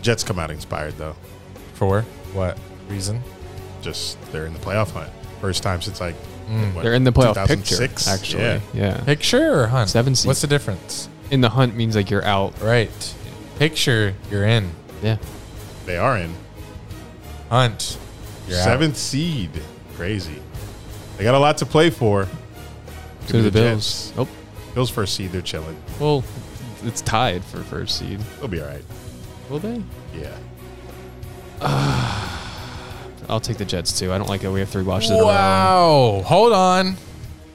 Jets come out inspired, though.
For what reason?
Just they're in the playoff hunt. First time since like what,
They're in the playoff picture,
2006?
actually.
Yeah.
Yeah.
Picture or hunt?
Seven seed.
What's the difference?
In the hunt means like you're out.
Right. Picture, you're in.
Yeah.
They are in
Hunt, you're out.
seventh seed. Crazy. They got a lot to play for.
So do the,
the
Bills.
Jets.
Nope.
Bills first seed. They're chilling.
Well, it's tied for first seed.
They'll be all right.
Will they?
Yeah.
I'll take the Jets too. I don't like it. We have three watches in a row.
Wow. Hold on.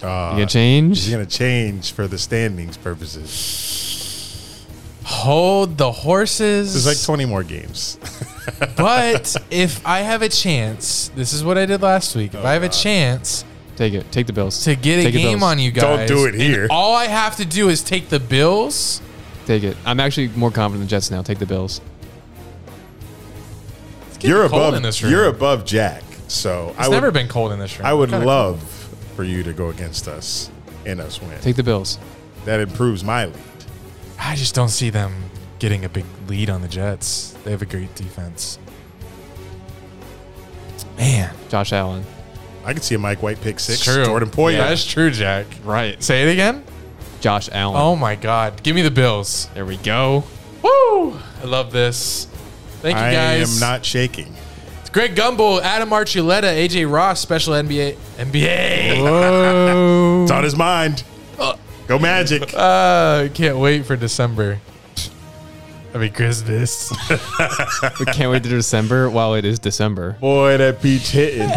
Uh,
You gonna change?
He's gonna change for the standings purposes.
Hold the horses.
There's like 20 more games.
but if I have a chance, this is what I did last week.
Oh,
If I have a chance
Take it. Take the Bills.
to get a
Take the
game
Bills.
on you
Don't
guys,
do it
and
here.
all I have to do is take the Bills.
Take it. I'm actually more confident in the Jets now. Take the Bills.
You're
cold
above.
in this room.
You're above Jack. So I
It's
would.
never been cold in this room.
I would
Kinda
love for you to go against us and us win.
Take the Bills.
that improves my lead.
cold. I just don't see them getting a big lead on the Jets. They have a great defense. Man,
Josh Allen.
I could see a Mike White pick six.
It's true.
Jordan Poyer.
Yeah, that's true, Jack.
Right.
Say it again.
Josh Allen.
Oh my God! Give me the Bills.
There we go.
Woo! I love this. Thank you
I
guys.
am not shaking.
Greg Gumbel, Adam Archuleta, AJ Ross, special NBA NBA.
It's on his mind. Go Magic.
Uh, can't wait for December. I mean Christmas.
We can't wait to December. While it is December,
Boy, that peach hitting.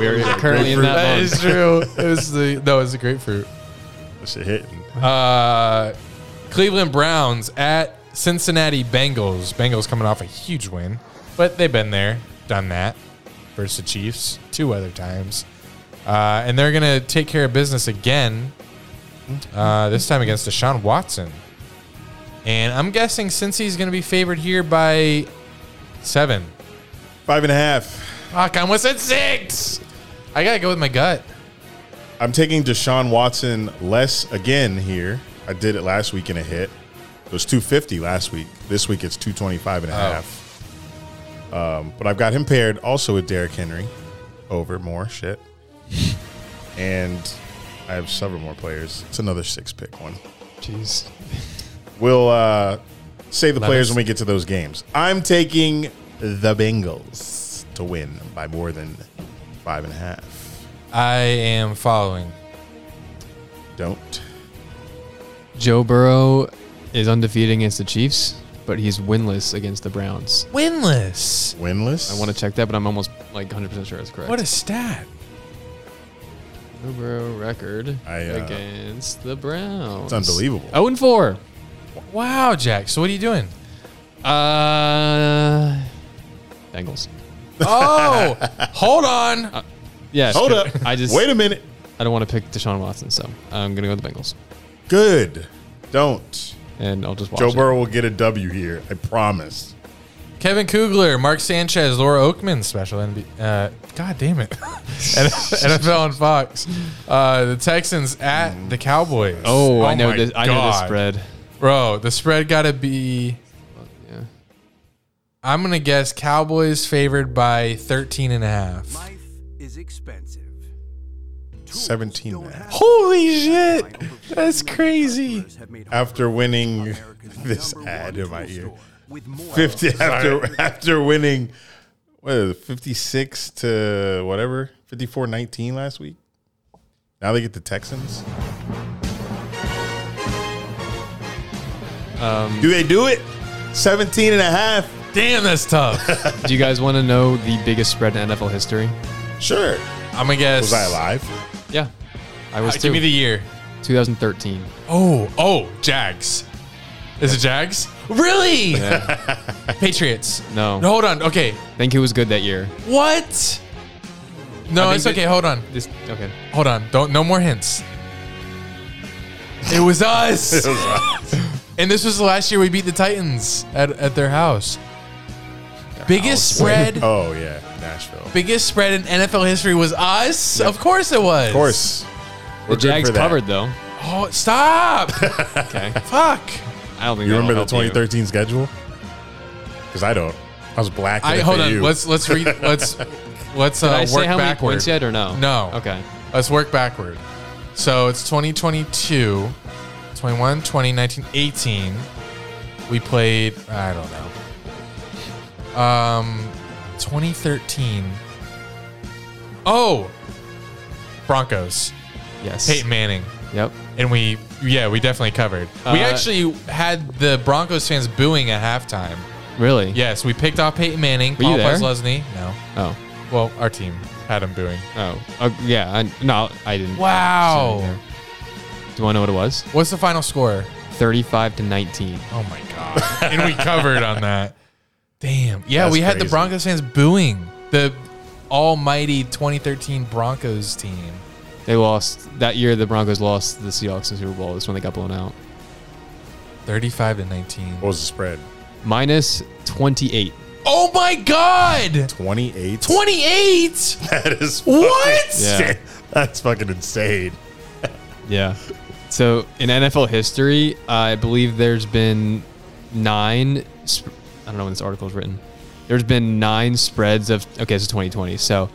we are currently in
grapefruit.
that
that
month.
is true. It was the no, it was the grapefruit.
That shit hitting.
Uh, Cleveland Browns at Cincinnati Bengals. Bengals coming off a huge win, but they've been there, done that versus the Chiefs two other times, uh, and they're gonna take care of business again. Uh, this time against Deshaun Watson, and I'm guessing Cincy's gonna be favored here by seven.
Five and a half.
Fuck, I almost said six. I gotta go with my gut.
I'm taking Deshaun Watson less again here. I did it last week in a hit. It was 250 last week. This week it's 225 and a half. Um, but I've got him paired also with Derrick Henry over more shit. and I have several more players. It's another six pick one.
Jeez.
We'll uh, save the
Let
players
us-
when we get to those games. I'm taking the Bengals to win by more than five and a half.
I am following.
Don't.
Joe Burrow is undefeated against the Chiefs, but he's winless against the Browns.
Winless.
Winless.
I want to check that, but I'm almost like 100% sure it's correct.
What a stat.
Joe Burrow record
I, uh,
against the Browns?
It's unbelievable.
Oh and four.
Wow, Jack. So what are you doing?
Uh, Bengals.
Oh, hold on. Uh,
Yeah.
Hold
sure.
up.
I just
Wait a minute.
I don't want to pick Deshaun Watson, so I'm gonna go with the Bengals.
Good. Don't.
and I'll just watch
Joe
it.
Burrow will get a W here. I promise.
Kevin Kugler, Mark Sanchez, Laura Oakman special. NB uh, God damn it. NFL on Fox. Uh, the Texans at the Cowboys.
Oh, I know
my
this. I know this
God.
spread.
Bro, the spread got to be.
Yeah.
I'm going to guess Cowboys favored by 13 and a half.
Life is expensive.
17 and a half.
Holy shit. That's crazy.
After winning this ad in my ear. 50 after after winning what is it, 56 to whatever 54-19 last week. Now they get the Texans.
Um,
do they do it? 17 and a half.
Damn, that's tough.
Do you guys want to know the biggest spread in NFL history?
Sure.
I'm going to guess.
Was I alive?
Yeah, I
Uh,
was
give
too.
me the year.
2013.
Oh, oh, Jags. Is it Jags? Really? Patriots.
No.
No, hold on. Okay.
I think it was good that year.
What? No,
I think
it's
that-
okay. Hold on.
This okay.
Hold on. Don't no more hints. It was us.
Oh,
and this was the last year we beat the Titans at, at their house. biggest spread
Oh yeah, Nashville. Of
biggest spread in NFL history was us? Of course it was. Of
course. We're
The Jags covered though.
Oh, stop.
Okay,
Fuck.
I don't think
You
that'll
remember the
help you.
2013 schedule? Because I don't. I was black.
I
at
hold on.
FAU.
Let's let's read let's let's uh
Did I
work
say how many
backward.
points yet or no?
No.
Oh, Okay.
Let's work backward. So it's 2022, 21, 20, 19, 18. We played, I don't know. Um 2013. Oh. Broncos.
Yes.
Peyton Manning.
Yep.
And we yeah, we definitely covered. we
Uh,
actually had the Broncos fans booing at halftime.
Really?
Yes, we picked off Peyton Manning,
Were you
Paul
there?
Leslie. No.
Oh.
Well, our team had him booing.
Oh. Oh, yeah. I, no, I didn't.
Wow.
Do you want to know what it was?
What's the final score?
35 to 19.
Oh my god! and we covered on that. Damn. Yeah,
That's
we had the
crazy.
Broncos fans booing the almighty 2013 Broncos team.
They lost that year. The Broncos lost the Seahawks in the Super Bowl. That's when they got blown out.
35 to 19.
What was the spread?
Minus 28.
Oh my god!
28.
28.
That is
What?
fucking
Yeah.
insane. That's fucking insane.
Yeah. So in NFL history, I believe there's been nine. Sp- I don't know when this article is written. There's been nine spreads of. Okay, so 2020. So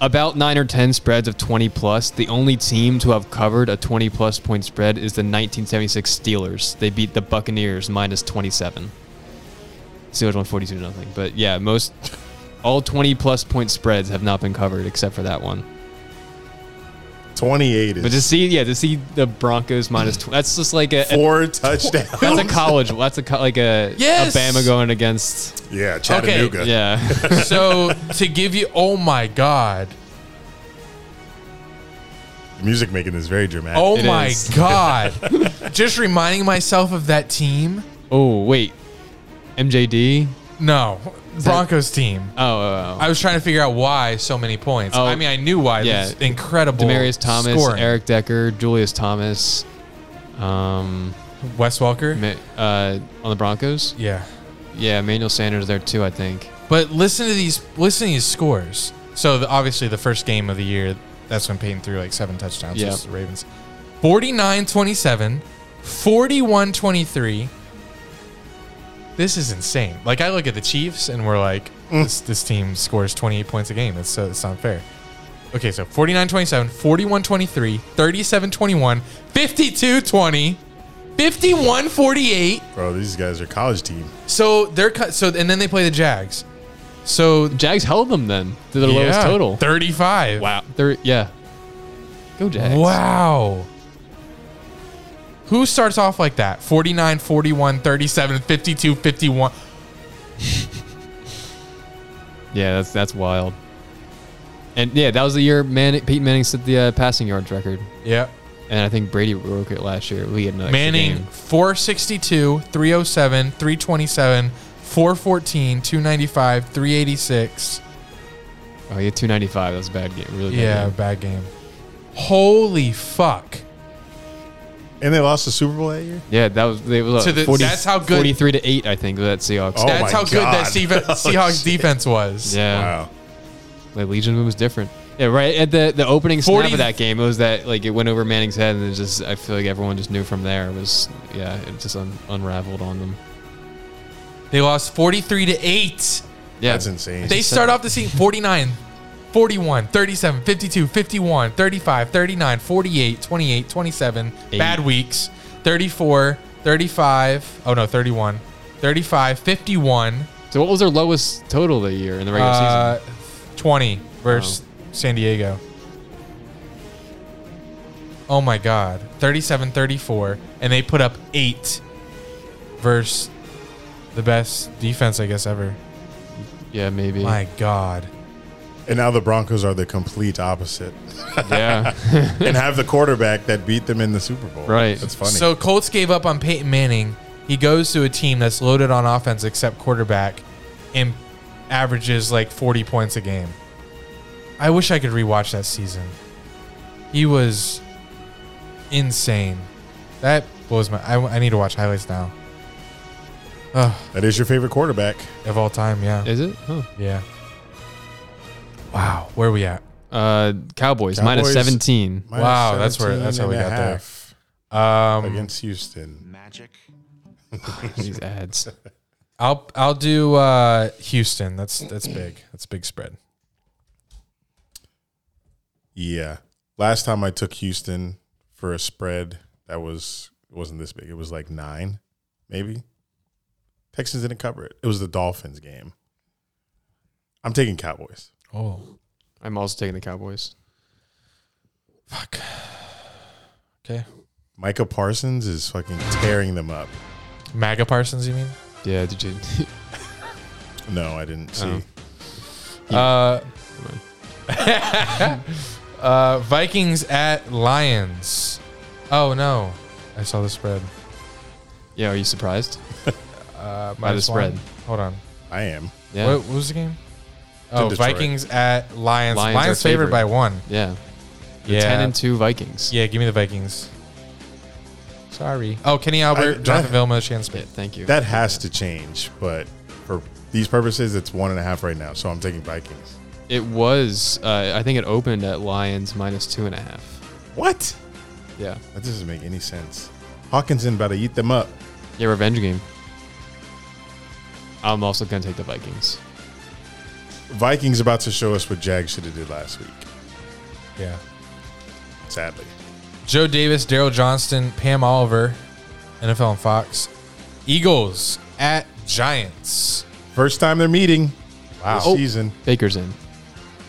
about nine or 10 spreads of 20 plus. The only team to have covered a 20 plus point spread is the 1976 Steelers. They beat the Buccaneers minus 27. Steelers won 42 to nothing. But yeah, most. All 20 plus point spreads have not been covered except for that one.
28 is
But to see, yeah, to see the Broncos minus tw- that's just like a
four touchdowns.
that's a college. That's a co- like a
Yes!
a Bama going against
yeah, Chattanooga.
yeah.
so to give you, oh my god,
The music making this very dramatic.
oh
It
my
is.
god! Just reminding myself of that team.
oh wait, MJD.
No, Broncos team.
Oh, oh, oh.
I was trying to figure out why so many points.
Oh,
I mean, I knew why.
yeah.
This incredible.
Demarius Thomas,
scoring.
Eric Decker, Julius Thomas, um,
Wes Walker.
Ma- uh, on the Broncos.
Yeah,
Yeah, Emmanuel Sanders there too. I think.
but listen to these. Listen to these scores. So the, obviously, the first game of the year, that's when Peyton threw like seven touchdowns
Yeah.
versus the Ravens. 49-27, 41-23. This is insane. Like I look at the Chiefs and we're like, this, this team scores 28 points a game. That's so it's not fair. Okay, so 49-27, 41-23, 37-21, 52-20, 51-48.
Bro, these guys are college team.
So they're cut. So and then they play the Jags. So
Jags held them then to their lowest
yeah,
total.
thirty-five.
wow. They're, yeah. Go Jags.
Wow. Who starts off like that? 49, 41, 37, 52, 51.
Yeah, that's that's wild. And yeah, that was the year Man- Pete Manning set the uh, passing yards record,
Yeah.
and I think Brady broke it last year. We had another extra
Manning,
game.
462, 307, 327, 414, 295, 386.
Oh, he had two ninety five. That was a bad game. Really bad.
Yeah,
game.
bad game. Holy fuck.
And they lost the Super Bowl that year.
Yeah, that was they was
To
uh,
the-
40
that's how good-
forty-three to eight. I think that Seahawks.
Oh
That's
my
how good that
God.
Seahawks,
Oh,
Seahawks
shit.
defense was.
yeah,
Wow.
the Legion move was different. Yeah, right at the the opening
40
snap of that game, it was that like it went over Manning's head, and it just I feel like everyone just knew from there. It was yeah, it just un- unraveled on them.
They lost 43 to 8.
Yeah,
That's insane.
They start off the season 49, 41, 37, 52, 51, 35, 39, 48, 28, 27.
Eight.
Bad weeks. 34, 35. Oh, no, 31. 35, 51,
So what was their lowest total of the year in the regular
uh, 20 versus San Diego. Oh, my God. 37, 34. And they put up eight versus the best defense, I guess, ever.
season? Yeah, maybe.
My God.
And now the Broncos are the complete opposite
Yeah,
and have the quarterback that beat them in the Super Bowl.
Right.
That's funny.
So Colts gave up on Peyton Manning. He goes to a team that's loaded on offense except quarterback and averages like 40 points a game. I wish I could rewatch that season. He was insane. That blows my I, I need to watch highlights now. Ugh,
that is your favorite quarterback.
of all time, yeah.
is it? Huh.
yeah. Wow, where are we at?
Uh, Cowboys, minus
Cowboys-
seventeen.
Minus
Wow, that's where- that's how we
17 and a
got there.
half
Um
Against Houston.
These ads.
I'll I'll do uh Houston. That's that's big. That's a big spread.
Yeah. Last time I took Houston for a spread that was it wasn't this big. It was like nine, maybe. Texans didn't cover it. It was the Dolphins game. I'm taking Cowboys.
Oh.
I'm also taking the Cowboys.
Fuck. Okay.
Micah Parsons is fucking tearing them up.
MAGA Parsons, you mean?
Yeah, did you?
No, I didn't see.
Oh.
Uh, uh, Vikings at Lions. Oh no, I saw the spread.
yeah, are you surprised?
Uh,
By the
minus one.
spread.
Hold on.
I am.
Yeah,
What, what was the game? Oh,
Detroit.
Vikings at Lions.
Lions
Lions,
are
favored.
favored.
by one.
yeah.
Yeah.
Ten and two Vikings.
Yeah, give me the Vikings. Sorry. Oh, Kenny Albert,
I-
Jonathan
I-
Vilma, Shan
Yeah,
Smith.
thank you.
That has to change, but for these purposes, it's one and a half right now. So I'm taking Vikings.
It was. Uh, I think it opened at Lions minus two and a half.
What?
Yeah.
That doesn't make any sense. Hawkinson about to eat them up.
Yeah, revenge game. I'm also gonna take the Vikings.
Vikings about to show us what Jag should have did last week.
Yeah.
Sadly,
Joe Davis, Daryl Johnston, Pam Oliver, NFL and Fox. Eagles at Giants.
first time they're meeting
Wow.
this
Oh.
season.
Baker's in.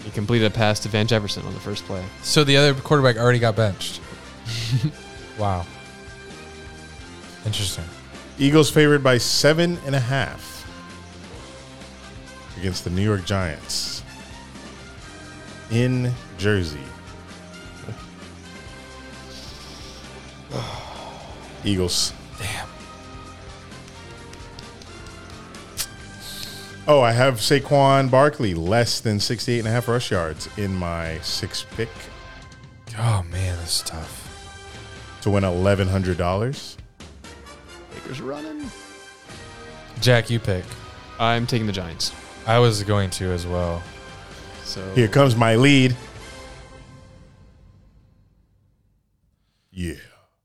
He completed a pass to Van Jefferson on the first play.
So the other quarterback already got benched. wow. Interesting.
Eagles favored by seven and a half against the New York Giants in Jersey. Eagles.
Damn.
Oh, I have Saquon Barkley less than 68 and a half rush yards in my six pick
Oh man, this is tough.
to win $1,100.
Baker's running.
Jack, you pick.
I'm taking the Giants.
I was going to as well.
So
Here comes my lead. Yeah.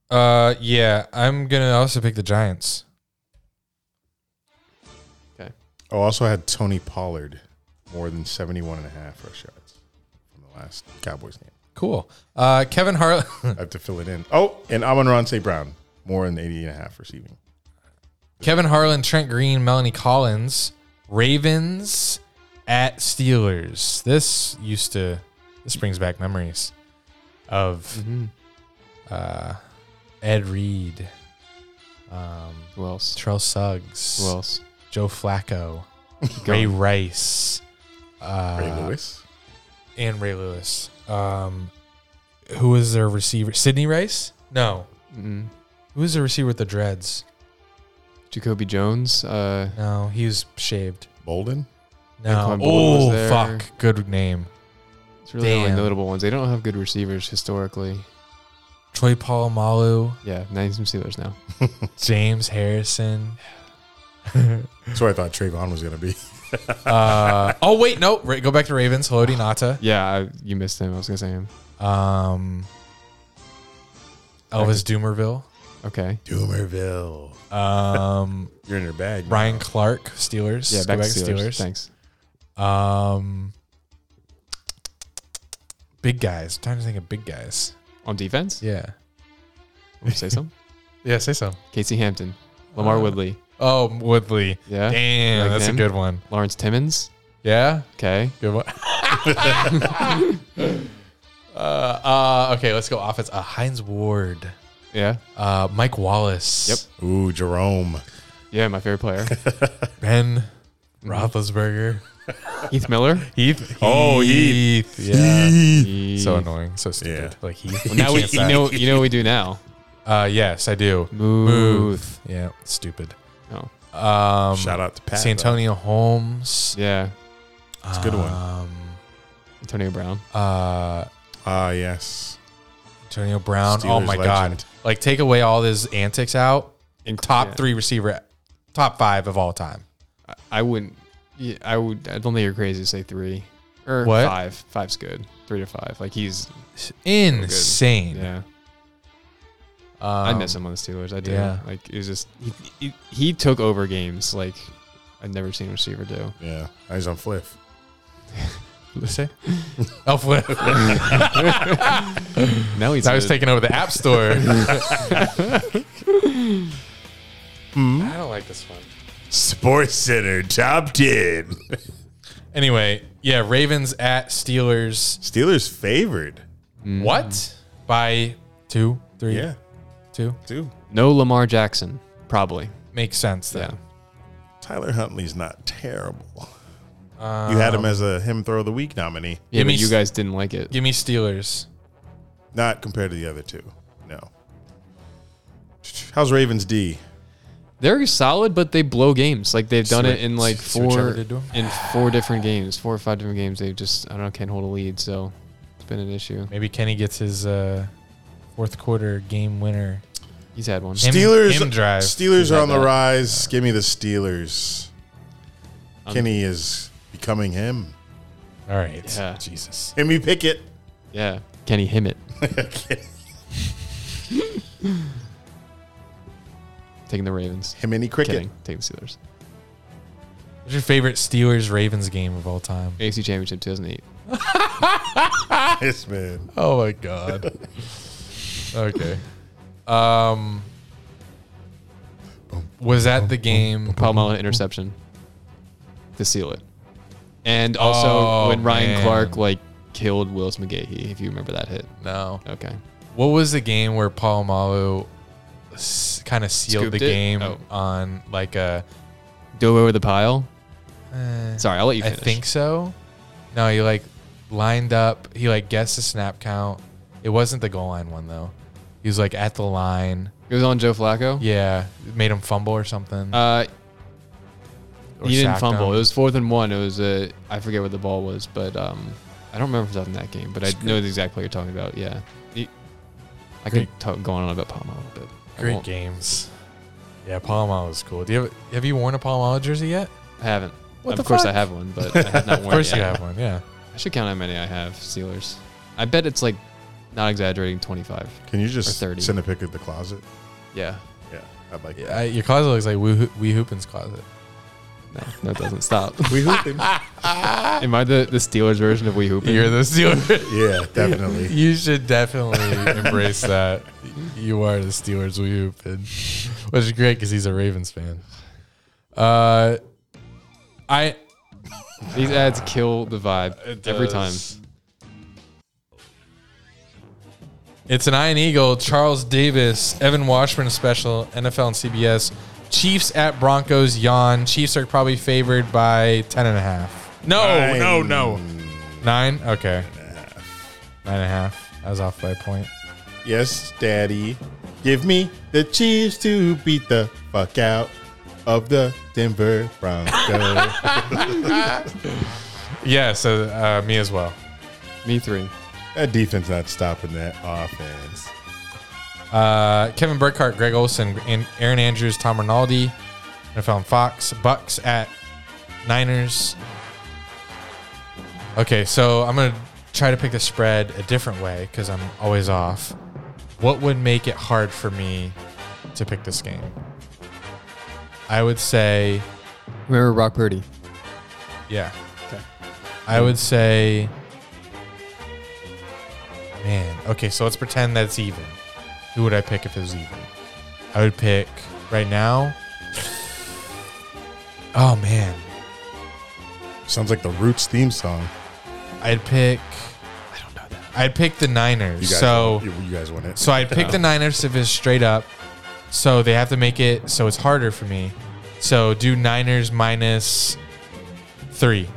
Uh, yeah, I'm gonna also pick the Giants.
okay.
Oh, also had Tony Pollard more than 71 and a half rush yards from the last Cowboys game.
Cool. Uh, Kevin Harlan,
I have to fill it in. Oh, and Amon Ron St. Brown more than 80 and a half receiving.
Kevin Harlan, Trent Green, Melanie Collins, Ravens at Steelers. This used to. This brings back memories of
Mm-hmm.
uh, Ed Reed, um,
Who else?
Terrell Suggs,
Who else?
Joe Flacco, Ray
going.
Rice, uh,
Ray Lewis.
and Ray Lewis. Um, who was their receiver? Sidney Rice? No.
Mm.
Who was their receiver with the dreads?
Jacoby Jones. Uh,
No, he was shaved.
Bolden.
No.
Anquan Bolden was
Oh,
there.
fuck. Good name.
it's really the only
Damn.
notable ones. They don't have good receivers historically.
Troy Polamalu,
Yeah, now he's some Steelers now.
James Harrison.
That's where I thought Trayvon was going to be.
Uh, oh wait, no, Ra- go back to Ravens. Haloti Nata,
Yeah, I, you missed him. I was gonna say him.
um, Elvis Doomerville,
Okay.
Doomerville.
um,
You're in your bag. now.
Ryan Clark, Steelers.
Yeah,
Go
back, to Steelers. Thanks.
Um, big guys. Time to think of big guys.
On defense,
Yeah.
yeah. say some.
Yeah, say so.
Casey Hampton, Lamar
Uh,
Woodley,
Oh, Woodley.
Yeah?
Damn,
Like
that's
him?
a good one.
Lawrence Timmons.
Yeah,
Okay.
good one. uh, uh, okay, let's go offense. Uh, Heinz Ward,
Yeah.
uh, Mike Wallace.
Ooh, Jerome.
Yeah, my favorite player.
Yep. Ben Roethlisberger.
Heath Miller.
Heath.
Oh, Heath.
Yeah.
He-
So annoying. So stupid.
Yeah.
Like Heath.
Now we,
Can't
you
stop.
know, you know what we do now.
Uh, yes, I do.
Muth.
Yeah, stupid.
Oh,
Um,
Shout out to Pat.
Santonio Holmes.
yeah.
It's a good one.
Um,
Antonio Brown.
uh,
Ah, yes.
Antonio Brown. oh
Steelers
my
legend.
god! Like take away all his antics out.
And
Top three receiver, top five of all time.
I wouldn't. Yeah, I would. I don't think you're crazy to say three or
What?
five. Five's good. Three to five. Like he's.
Insane.
Yeah. I
Um,
miss him on the Steelers. I do.
yeah.
Like it was just he, he, he took over games like I've never seen a receiver do.
Yeah. I was on Fliff.
what'd you say? oh, flip.
Now he's
I was taking over the App Store. I don't like this one.
Sports Center top 10.
Anyway, yeah, Ravens at Steelers.
Steelers favored.
Mm.
What? By two, three, two.
Yeah. Dude,
no Lamar Jackson probably.
Makes sense then.
Yeah.
Tyler Huntley's not terrible. you had him as a him throw of the week nominee.
Yeah,
Give me
but you
s-
guys didn't like it.
Give me Steelers.
Not compared to the other two. No. How's Ravens D?
They're solid, but they blow games. Like they've done
what-
it in like
see what Trevor
four
did to 'em?
in four different games, four or five different games. They just I don't know can't hold a lead, so it's been an issue.
Maybe Kenny gets his uh, fourth quarter game winner.
He's had one.
Him-
Steelers
him drive.
Steelers are on the
that.
rise. Give me the Steelers. Kenny is becoming him.
All right.
Yeah.
Jesus.
Himmy Pickett.
Yeah, Kenny Himmett taking the Ravens.
Himini Cricket.
Kidding, taking the Steelers.
What's your favorite Steelers Ravens game of all time?
AFC Championship 2008.
Yes, man.
Oh my god. okay. Um was that the game
Palmella interception to seal it. And also
Oh,
when Ryan
man.
Clark like killed Willis McGahee, if you remember that hit.
No.
Okay.
What was the game where Paul Malu kind of sealed
Scooped
the
it?
game
Oh.
on like a
Dove over the pile.
eh,
Sorry, I'll let you
I
finish.
think so. No, he like lined up. He like guessed the snap count. It wasn't the goal line one though. He was like at the line.
it was on Joe Flacco.
Yeah, it made him fumble or something.
Uh,
or
he didn't
sacked
fumble.
him.
It was fourth and one. It was a I forget what the ball was, but um, I don't remember if it was in that game. But I know exactly what you're talking about. Yeah, He- I could talk going on about Palma a little bit. I
Great
won't.
games. Yeah, Palomalo is cool. Do you have, have you worn a Palomalo jersey yet?
I haven't.
What
of
the
course I
fuck?
have one, but I have not worn
Of course
it
you
yet.
have one. Yeah.
I should count how many I have Steelers. I bet it's like, not exaggerating, 25.
Can you just
30.
send a pic of the closet?
Yeah.
Yeah, I'd like
yeah I, your closet looks like Wee, Wee Hoopin's closet.
No, that doesn't stop.
that. We hooping.
Am I the, the Steelers version of We Hoopin?
You're the Steelers.
yeah, definitely.
you should definitely embrace that. You are the Steelers Wee Hoopin, which is great because he's a Ravens fan. Uh, I
These ads kill the vibe every time.
It's an Iron Eagle, Charles Davis, Evan Washburn special, NFL and CBS. Chiefs at Broncos, yawn. Chiefs are probably favored by 10 and a half. No, no, no. Nine? Okay. Nine and a half. I was off by a point.
Yes, Daddy. Give me the Chiefs to beat the fuck out of the Denver Broncos.
Yeah, so uh, me as well.
Me three.
that defense not stopping that offense.
Uh, Kevin Burkhardt, Greg Olson, and Aaron Andrews, Tom Rinaldi, NFL and Fox, Bucks at Niners. Okay, so I'm gonna try to pick the spread a different way because I'm always off. What would make it hard for me to pick this game? I would say,
Remember Brock Purdy.
yeah. I would say, man. Okay, so let's pretend that's even. Who would I pick if it was even? I would pick right now. Oh man,
Sounds like the Roots theme song.
I'd pick. I don't know that. I'd pick the Niners.
You guys
so
you, you guys win it.
so I'd pick the Niners if it's straight up. So they have to make it so it's harder for me. So do Niners minus three.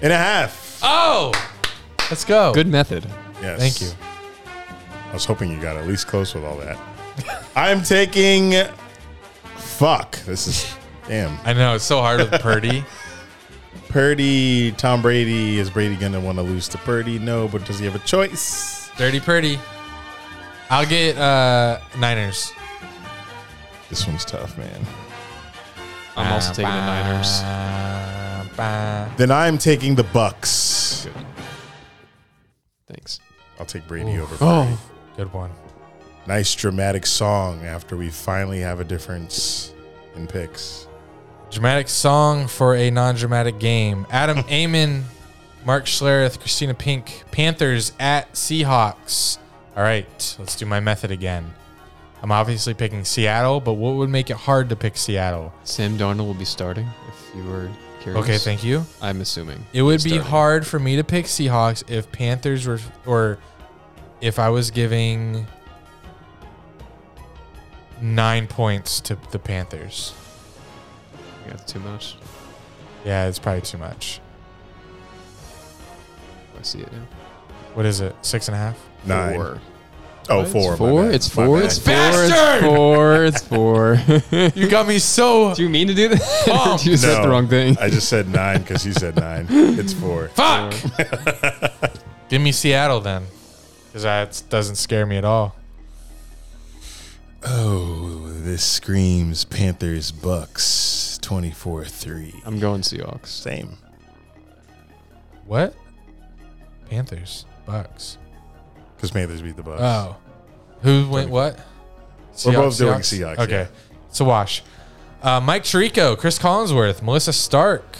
and a half.
Oh, let's go.
Good method.
Yes.
Thank you.
I was hoping you got at least close with all that. I'm taking. Fuck. This is. Damn.
I know it's so hard with Purdy.
Purdy, Tom Brady. Is Brady going to want to lose to Purdy? No, but does he have a choice?
Dirty Purdy. I'll get uh Niners.
This one's tough, man.
I'm also taking the Niners.
Niners.
Then I'm taking the Bucks.
Thanks.
I'll take Brady over. Purdy.
Oh,
Good one.
Nice dramatic song after we finally have a difference in picks.
Dramatic song for a non-dramatic game. Adam Amon, Mark Schlereth, Christina Pink, Panthers at Seahawks. All right, let's do my method again. I'm obviously picking Seattle, but what would make it hard to pick Seattle?
Sam Darnold will be starting. If you were curious.
Okay, thank you.
I'm assuming
It would be
Starting.
hard for me to pick Seahawks if Panthers were, or if I was giving nine points to the Panthers.
Yeah, that's too much.
Yeah, it's probably too much.
I see it now.
What is it? Six and a half?
Nine.
Four.
Oh, four. my
Four.
bad.
It's
My
four.
bad.
It's four. It's four. It's four.
You got me so
Do you mean to do that?
Bomb.
you said the
No,
wrong thing.
I just said nine because he said nine. It's four.
fuck. Give me Seattle then, because that doesn't scare me at all.
Oh, this screams Panthers Bucks 24 3.
I'm going Seahawks.
Same.
What? Panthers, Bucks.
Because Panthers beat the Bucks.
Oh, who went what?
We're
Seahawks-
both doing Seahawks,
Okay,
yeah.
it's a wash. Uh, Mike Tirico, Chris Collinsworth, Melissa Stark,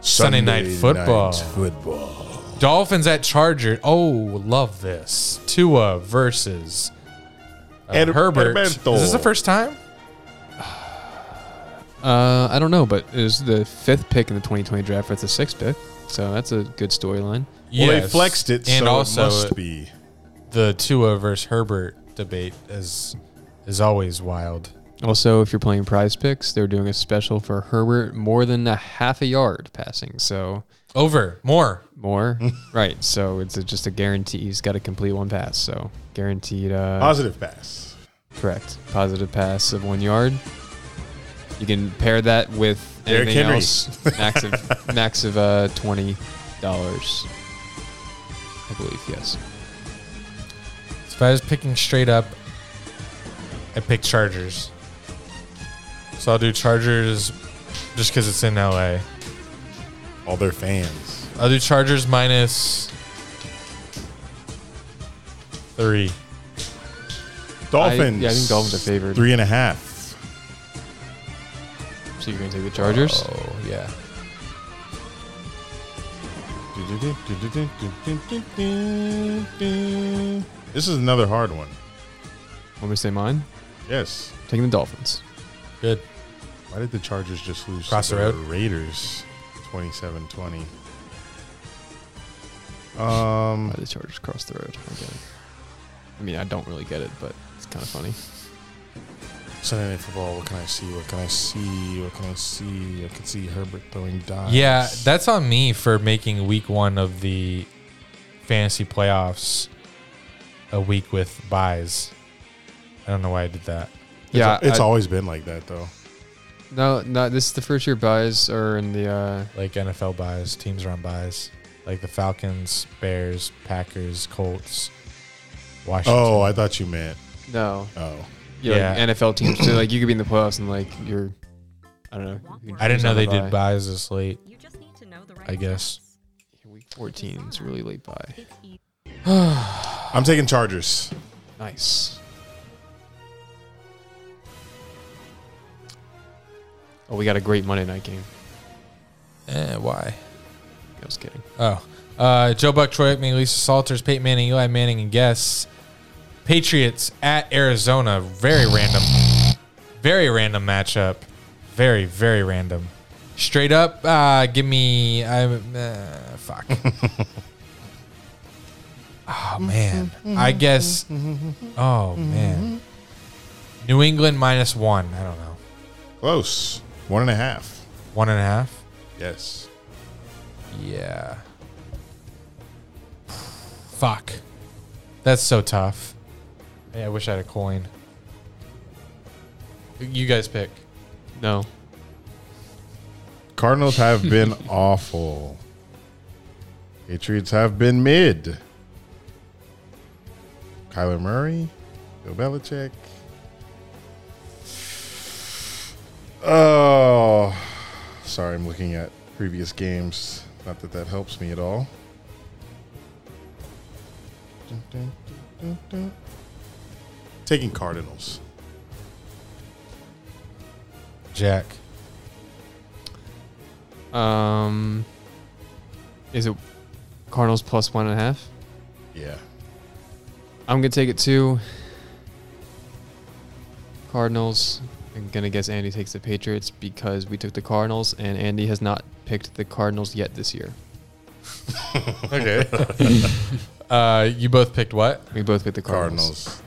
Sunday night football.
football.
Dolphins at Charger. Oh, love this. Tua versus uh,
Ed-
Herbert.
Herberto.
Is this the first time?
Uh, I don't know, but it was the fifth pick in the 2020 draft. It's the sixth pick, so that's a good storyline.
Well, they
Yes.
flexed it,
and
so
also
it must be.
the Tua versus Herbert debate is is always wild.
Also, if you're playing Prize Picks, they're doing a special for Herbert more than a half a yard passing. So
Over more.
more, right? So it's a, just a guarantee. He's got to complete one pass. So guaranteed. Uh,
Positive pass.
Correct. Positive pass of one yard. You can pair that with
Derrick
anything
Henry.
else. Max of max of uh, twenty dollars. I believe yes.
So if I was picking straight up, I pick Chargers. So I'll do Chargers just because it's in LA.
All their fans.
I'll do Chargers minus three.
Dolphins.
yeah, I think Dolphins are favored.
Three and a half.
So you're going to take the Chargers.
Oh yeah.
This is another hard one.
Want me to say mine?
Yes.
Taking the Dolphins.
Good.
Why did the Chargers just lose
Cross
to
the road?
Raiders 27 20?
Why the Chargers cross the road? I get it. I mean, I don't really get it, but it's kind of funny.
Sunday Night Football. What can I see? What can I see? What can I see? I can see Herbert throwing dimes.
Yeah, that's on me for making week one of the fantasy playoffs a week with buys. I don't know why I did that.
yeah,
it's
I-
always been like that though.
No, no. This is the first year buys are in the. Uh,
Like NFL buys, teams are on buys. Like the Falcons, Bears, Packers, Colts, Washington.
Oh, I thought you meant
No.
Oh,
Yeah. like
Yeah.
NFL teams. So like you could be in the playoffs and like you're, I don't know. you could
I didn't
choose
know
on
they
the
did
bye.
buys this late.
You just need to know the right
I guess.
steps.
Week 14 is really late by.
It's easy.
I'm taking Chargers.
Nice. Oh, we got a great Monday night game.
Eh, why?
I was kidding.
Oh. Uh, Joe Buck, Troy Aikman, Lisa Salters, Peyton Manning, Eli Manning, and guests. Patriots at Arizona. Very random. Very random matchup. Very, very random. Straight up, uh, give me. I'm, uh, fuck. oh, man. I guess. Oh, man. New England minus one. I don't know.
Close. One and a half.
One and a half?
Yes.
Yeah. Fuck. That's so tough. Yeah, I wish I had a coin. You guys pick.
No.
Cardinals have been awful. Patriots have been mid. Kyler Murray, Bill Belichick. Oh, sorry, I'm looking at previous games. Not that that helps me at all. Dun, dun, dun, dun, dun. Taking Cardinals.
Jack.
Um, is it Cardinals plus one and a half?
Yeah.
I'm gonna take it two. Cardinals. I'm gonna guess Andy takes the Patriots because we took the Cardinals, and Andy has not picked the Cardinals yet this year.
Okay. uh, you both picked what?
We both picked the Cardinals.
Cardinals.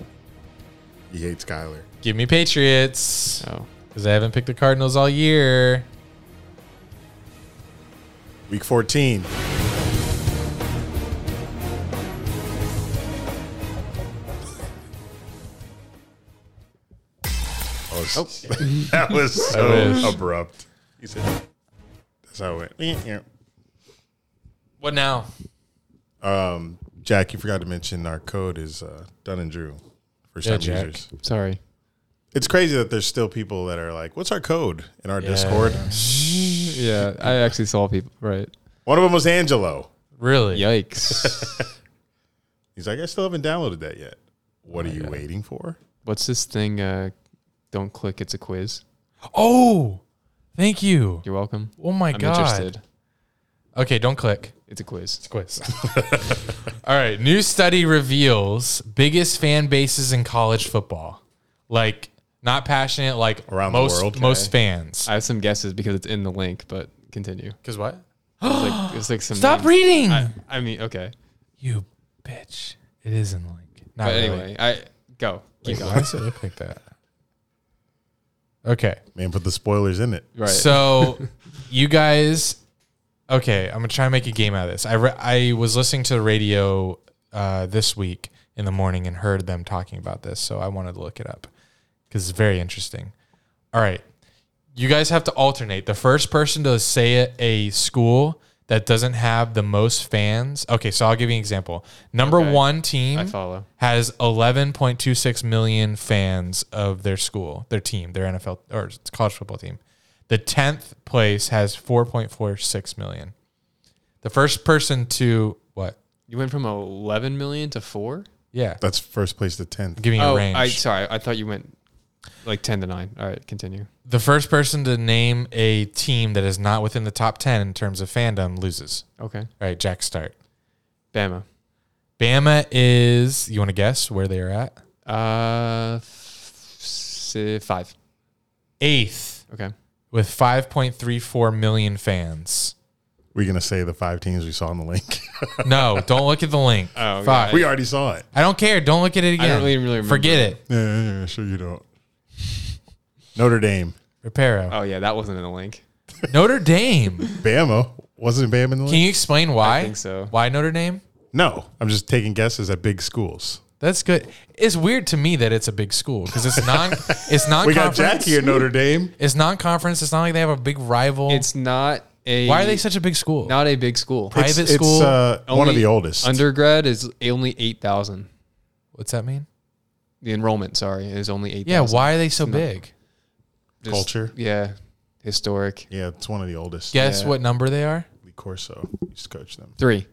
He hates Kyler.
Give me Patriots.
Cardinals.
Because I haven't picked the Cardinals all year.
Week 14. Oh, s- that was so abrupt. He said, That's how it went.
What now?
Um, Jack, you forgot to mention our code is uh, Dun and Drew. First
Yeah,
time
Jack.
users.
Oh, sorry.
It's crazy that there's still people that are like, "What's our code?" in our
Yeah.
Discord.
Yeah, I actually saw people. Right.
One of them was Angelo.
Really?
Yikes.
He's like, "I still haven't downloaded that yet." What are you waiting for?
What's this thing? Uh, don't click. It's a quiz.
Oh, thank you.
You're welcome.
Oh my
I'm
god.
interested.
Okay, don't click.
It's a quiz.
quiz. All right. New study reveals biggest fan bases in college football. Like not passionate, like
Around the
most
world?
most fans.
I have some guesses because it's in the link, but continue.
Because what?
It's like, it's like some
Stop
names.
reading.
I mean, okay.
you bitch. It isn't like. Not
But
really.
anyway, I go. Keep
Wait,
going.
why does it look like that? Okay.
Man, put the spoilers in it.
Right.
So you guys, okay, I'm gonna try and make a game out of this. I re- I was listening to the radio uh, this week in the morning and heard them talking about this, so I wanted to look it up because it's very interesting. All right, you guys have to alternate. The first person to say a, a school that doesn't have the most fans. Okay, so I'll give you an example. Number
Okay.
one team
I follow.
has 11.26 million fans of their school, their team, their NFL or it's college football team. The 10th place has 4.46 million. The first person to what?
You went from 11 million to four.
Yeah.
That's first place to tenth.
Give me a
Oh,
range.
I sorry. I thought you went like 10 to nine. All right, continue.
the first person to name a team that is not within the top 10 in terms of fandom loses.
Okay.
All right, Jack start.
Bama.
Bama is, you want to guess where they are at?
Uh, f- si- five.
8th
Okay.
with 5.34 million fans.
We're gonna say the five teams we saw in the link.
No, don't look at the link.
Oh, yeah.
Fuck.
we already saw it.
I don't care. Don't look at it again.
I don't even really remember.
Forget it.
Yeah, yeah, yeah, sure you don't. Notre Dame,
Reparo.
Oh yeah, that wasn't in the link.
Notre Dame.
Bama wasn't Bama in the
Can
link.
you explain why?
I think so.
Why Notre Dame?
No, I'm just taking guesses at big schools.
That's good. It's weird to me that it's a big school because it's non. it's non.
We got Jack here, Notre Dame.
It's non-conference. It's not like they have a big rival.
It's not a.
why are they such a big school?
not a big school?
Private
It's- it's,
school.
uh, one of
Only
the oldest.
Undergrad is only eight thousand.
What's that mean?
the enrollment. Sorry, is only eight.
Yeah, why are they so big?
Culture.
Yeah, historic.
Yeah, it's one of the oldest.
Guess
Yeah.
what number they are?
Lee Corso used to coach them.
Three.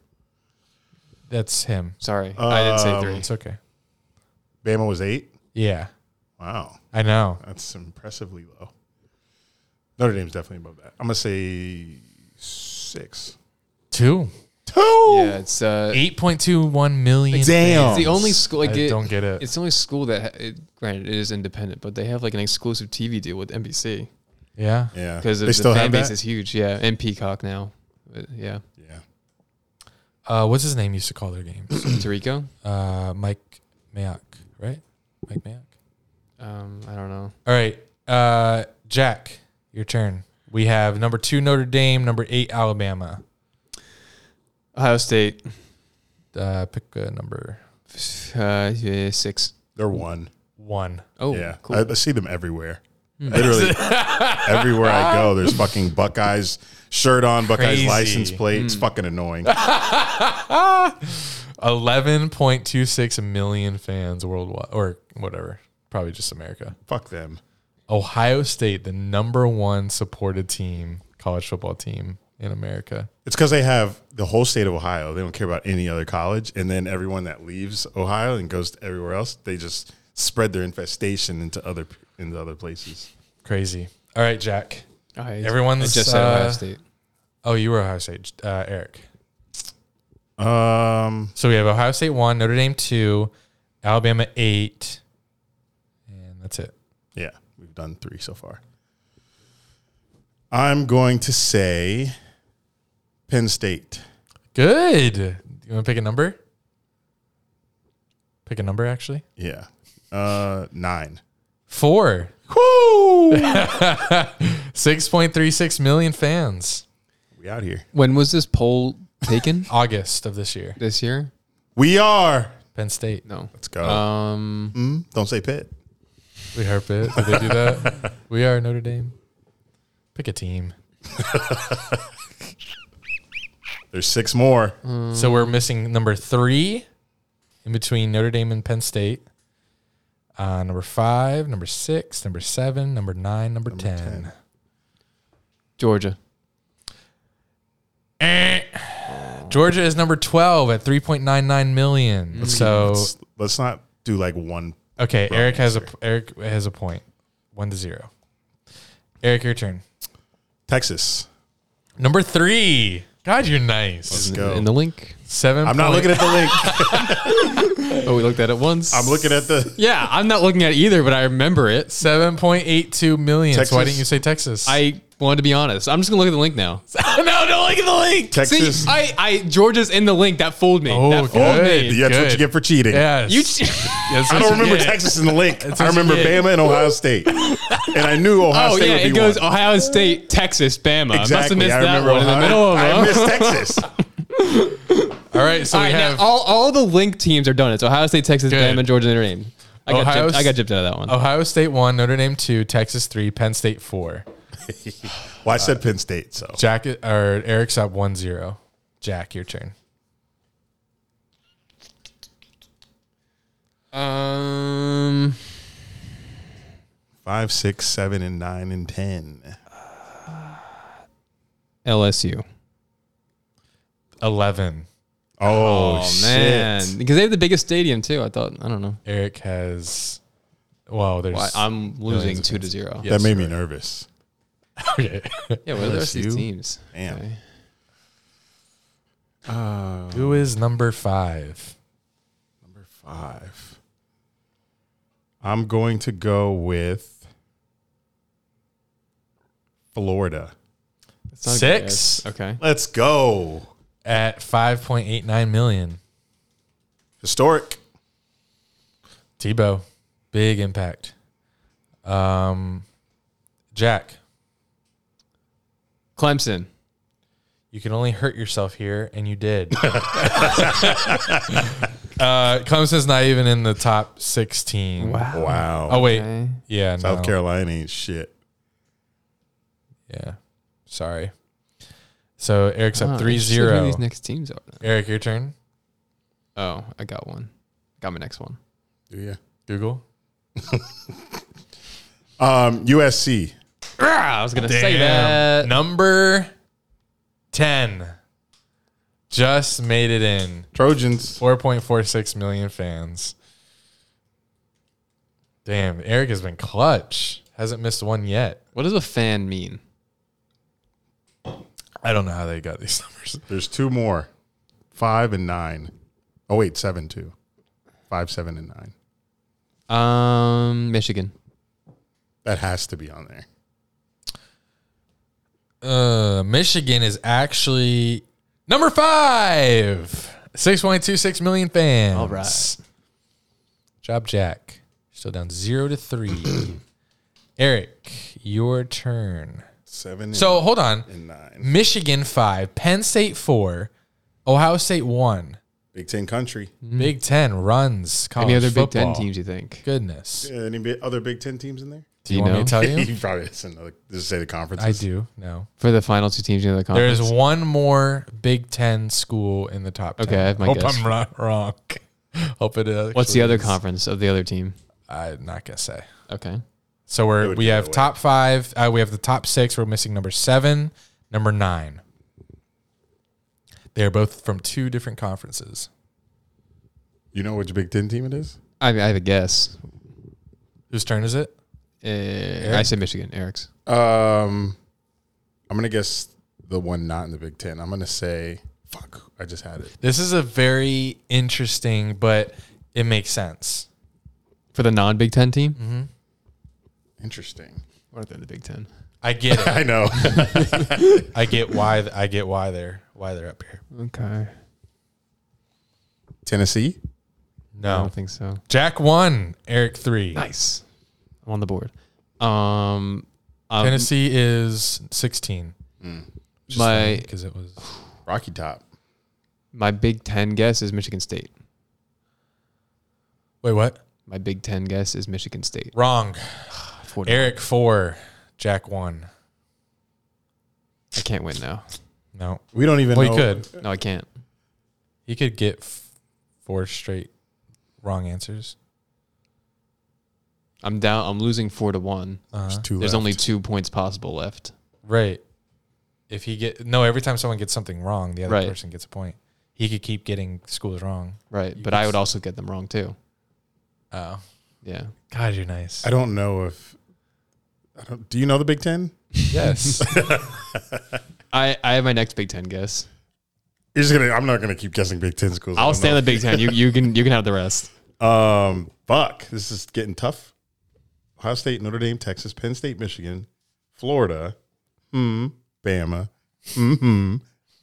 That's him.
Sorry, I didn't say three.
It's okay.
Bama was eight.
Yeah,
Wow,
I know.
that's impressively low. Notre Dame's definitely above that. I'm gonna say six.
Two.
Yeah, it's uh,
Um, Eight point two one million.
Damn.
It's the only school. Like,
I
it-
don't get it.
It's the only school that, ha- it, granted, it is independent, but they have like an exclusive TV deal with NBC
Yeah.
Yeah,
because
they
the
still
fan
have
base
that.
is huge. Yeah, and Peacock now. But, yeah,
yeah,
Uh, what's his name used to call their games?
Puerto Rico.
uh, Mike Mayock, right? Mike Mayock.
Um, I don't know.
All right, uh, Jack, your turn. We have number two Notre Dame, number eight Alabama.
Ohio State,
Uh, pick a number
uh, yeah, six.
they're one.
one.
Oh,
Yeah,
cool. Hmm.
I, I see them everywhere. Literally everywhere I go, there's fucking Buckeyes shirt on, Buckeyes
Crazy.
license plate.
Hmm.
It's fucking annoying.
Eleven point two six million fans worldwide, or whatever. Probably just America.
Fuck them.
Ohio State, the number one supported team, college football team in America.
It's because they have the whole state of Ohio. They don't care about any other college, and then everyone that leaves Ohio and goes to everywhere else, they just spread their infestation into other into other places.
Crazy. All right, Jack.
I,
Everyone's,
I just said Ohio
uh,
State.
Oh, you were Ohio State, uh, Eric.
Um,
So we have Ohio State one, Notre Dame two, Alabama eight, and that's it.
yeah, we've done three so far. I'm going to say Penn State.
Good. You want to pick a number? Pick a number, actually.
Yeah, uh, nine.
Four. Six point three six million fans.
We out here.
When was this poll taken?
August of this year.
this year?
We are.
Penn State.
No.
Let's go.
Um,
Mm, don't say Pitt.
We harp it. Did they do that? we are Notre Dame. Pick a team.
There's six more.
So we're missing number three in between Notre Dame and Penn State. Uh, number five, number six, number seven, number nine, number, 10.
Georgia.
Eh. Georgia is number 12 at 3.99
Mm.
million. So,
Let's, let's not do like one.
okay,
rough
Eric has a Eric has a point. 1 to 0. Eric, your turn.
Texas.
Number 3. God, you're nice.
Let's
In-
go.
In the link.
7
I'm not
point-
looking at the link.
Oh, we looked at it once.
I'm looking at the.
Yeah, I'm not looking at it either, but I remember it.
7.82 million. So why
Texas?
didn't you say Texas?
I wanted to be honest. I'm just gonna look at the link now.
no, don't look at the link.
Texas.
See, I, I Georgia's in the link. That fooled me.
Oh,
that fooled
good.
me.
Yeah, that's what
Good.
you get for cheating.
Yes.
You,
I don't remember
Texas.
Texas in the link. I
what you
remember
get.
Bama and Ohio State, and I knew Ohio
oh
State
yeah,
would be
it goes
one.
Ohio State, Texas, Bama. I must have
Exactly.
missed
I
that
remember
one in the
Ohio-
middle of
I
them.
missed Texas.
All right, so
All,
we
right, now
have
all, all the link teams are done. It's Ohio State, Texas,
Good.
Bama, Georgia, Notre Dame. I got,
Ohio
gypped, I got
S-
gypped out of that one.
Ohio State one, Notre Dame two, Texas three, Penn State four.
Well, I said Penn State, so
Jack or Eric's up one zero. Jack, your turn.
Um,
five, six, seven, and nine, and ten.
LSU.
Eleven.
Oh, man!
Man, because they have the biggest stadium too. I thought I don't know.
Eric has. Well, there's.
Why- I'm losing
of
two to zero.
Yeah.
That made me
Yes,
nervous.
Okay.
Yeah, what are the rest of these
LSU?
teams?
Damn.
Okay.
Who is number five?
Five. I'm going to go with Florida.
It's not a
Six.
good guess. Okay.
Let's go.
At five point eight nine million.
Historic.
Tebow, big impact. Um, Jack,
Clemson.
you can only hurt yourself here, and you did. uh, Clemson's not even in the top sixteen.
Wow.
Oh wait,
Okay.
yeah,
South
no.
Carolina ain't shit.
Yeah, sorry. So Eric's
Huh,
up three
interested who
zero.
These next teams are.
Eric, your turn.
Oh, I got one. Got my next one.
Do you?
Google.
Um, USC.
Ah, I was gonna say that.
Damn. Number 10 just made it in.
Trojans.
4.46 million fans. Damn, Eric has been clutch. Hasn't missed one yet.
What does a fan mean?
I don't know how they got these numbers.
There's two more. Five and nine. Oh wait, seven two. Five, seven, and nine.
Um, Michigan.
That has to be on there.
Uh, Michigan is actually number five. 6.26 million fans.
All right.
Job Jack. Still down zero to three. Eric, your turn.
Seven and-
So hold on.
and nine.
Michigan five, Penn State four, Ohio State one.
Big Ten country.
Big Ten runs college
Mm-hmm. Any other
Oh, football.
Big Ten teams you think?
Goodness.
Yeah, Any bi- other Big Ten teams in there?
Do you, want me to tell you?
he probably doesn't know. Does it say the conferences?
I do. No.
for the final two teams in the
There
conference?
is one more Big Ten school in the top. 10.
Okay, I have my
Hope
guess.
I'm not wrong. Hope it. Uh,
What's the
actually
other
is.
conference of the other team?
I'm not gonna say.
Okay.
So
It
we're
would
we
be
have
that way.
top five. Uh, we have the top six. We're missing number seven, number nine. They are both from two different conferences.
You know which Big Ten team it is?
I I have a guess.
Whose turn is it?
Uh, I said Michigan. Eric's.
Um, I'm gonna guess the one not in the Big Ten. I'm gonna say fuck. I just had it.
This is a very interesting, but it makes sense.
For the non Big Ten team?
Mm-hmm.
Interesting.
What are they in the Big Ten?
I get it.
I know.
I get why. I get why they're why they're up here.
Okay.
Tennessee.
I
No,
don't think so.
Jack one, Eric three.
Nice. I'm on the board. Um, um,
Tennessee is sixteen
Mm.
my
because it was
Rocky Top.
my Big Ten guess is Michigan State.
wait what
My Big Ten guess is Michigan State.
wrong.
Forty-
Eric four, Jack one.
I can't win now.
No,
We don't even.
well
know.
he could
No, I can't.
he could get f- four straight wrong answers.
I'm down. I'm losing four to one.
There's, two
There's
left.
only two points possible left.
Uh, Right. If he get no, every time someone gets something wrong, the other
Right.
person gets a point. He could keep getting schools wrong.
Right.
You
but
could
I would
s-
also get them wrong too.
Oh,
Yeah.
God, you're nice.
I don't know if. I don't. Do you know the Big Ten?
Yes.
I, I have my next Big Ten guess.
You're just gonna. I'm not gonna keep guessing Big Ten schools. I
I'll
don't
stay on the Big Ten. You you can you can have the rest.
know. Um, fuck. This is getting tough. Ohio State, Notre Dame, Texas, Penn State, Michigan, Florida, hmm, Bama, hmm,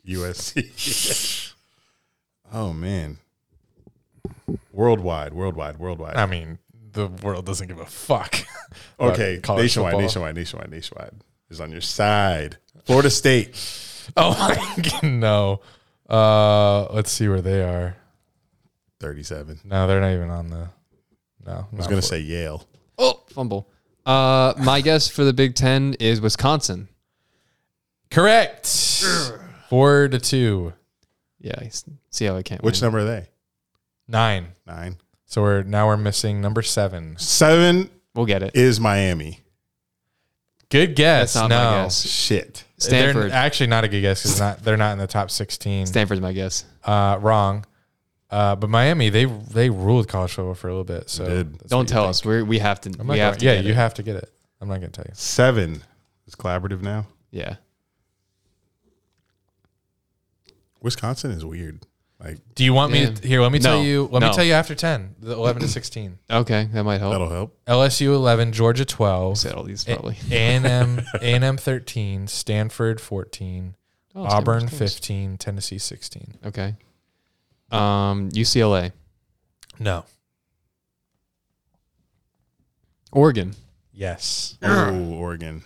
USC. oh man. Worldwide, worldwide, worldwide.
Uh,
I mean, the world doesn't give a fuck. about
okay,
college
nationwide,
football.
nationwide, nationwide, nationwide is on your side. Florida State.
Oh my god, no. Uh, let's see where they are.
37.
No, they're not even on the. No,
I was going to say Yale.
Oh, fumble. Uh, my guess for the Big Ten is Wisconsin.
correct. Four to two,
Yeah, I s- see how I can't.
Which
win.
number are they?
nine.
Nine.
So we're now we're missing number seven.
Seven
We'll get it.
is Miami.
Good guess.
That's not
no,
my guess.
Shit.
They're
Stanford.
actually not a good guess because not they're not in the top sixteen.
Stanford's my guess.
Uh, wrong. Uh, but Miami, they they ruled college football for a little bit. So
did.
that's
Don't
what you
tell
think.
us. We we have to.
I'm not
we
gonna-
have to.
yeah,
get
you
it.
have to get it. I'm not gonna tell you.
Seven is collaborative now.
Yeah.
Wisconsin is weird. Like,
Do you want me
Yeah.
to, here? Let me tell
No.
you. Let
No.
me tell you after ten, the eleven to sixteen.
Okay, that might
Oh.
help.
that'll help.
LSU eleven, Georgia twelve,
Said all these
A
probably.
and M A and M thirteen, Stanford fourteen,
Oh, Stanford's
Auburn
close.
fifteen, Tennessee sixteen.
Okay. Um, UCLA,
No.
Oregon.
Yes.
Oh, Oregon.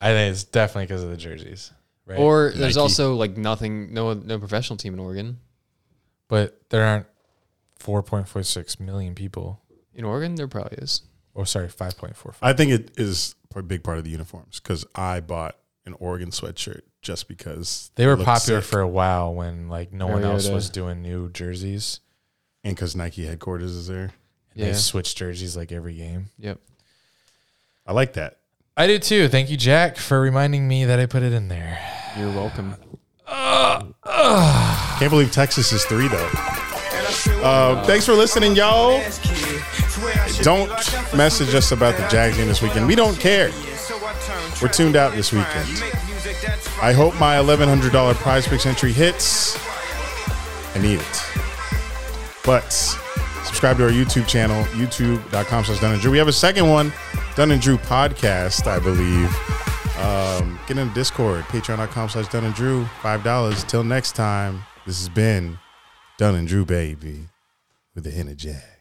I think it's definitely because of the jerseys. Right.
Or there's
Nike.
also like nothing, no no professional team in Oregon.
but there aren't four point four six million people.
In Oregon, there probably is.
Oh, sorry, five point four five.
I think it is a big part of the uniforms because I bought an Oregon sweatshirt just because
They were
looked
popular
sick
for a while
Oh,
when like no one else
Mariota.
was doing new jerseys.
and because Nike headquarters is there.
They
Yeah.
switch jerseys like every game.
Yep.
I like that.
I do too. Thank you, Jack, for reminding me that I put it in there.
You're welcome.
Can't believe Texas is three though.
Um,
Uh, thanks for listening, y'all.
Don't message us about the Jags game this weekend. We don't care. We're tuned out this weekend.
I hope my $1,100 prize picks entry hits. I need it. But subscribe to our YouTube channel, youtube.com slash Dun and Drew. We have a second one, Dun and Drew podcast, I believe. Um, get in the Discord, patreon.com slash Dun and Drew, $5. Till next time, this has been Dun and Drew, baby, with a hint of jazz.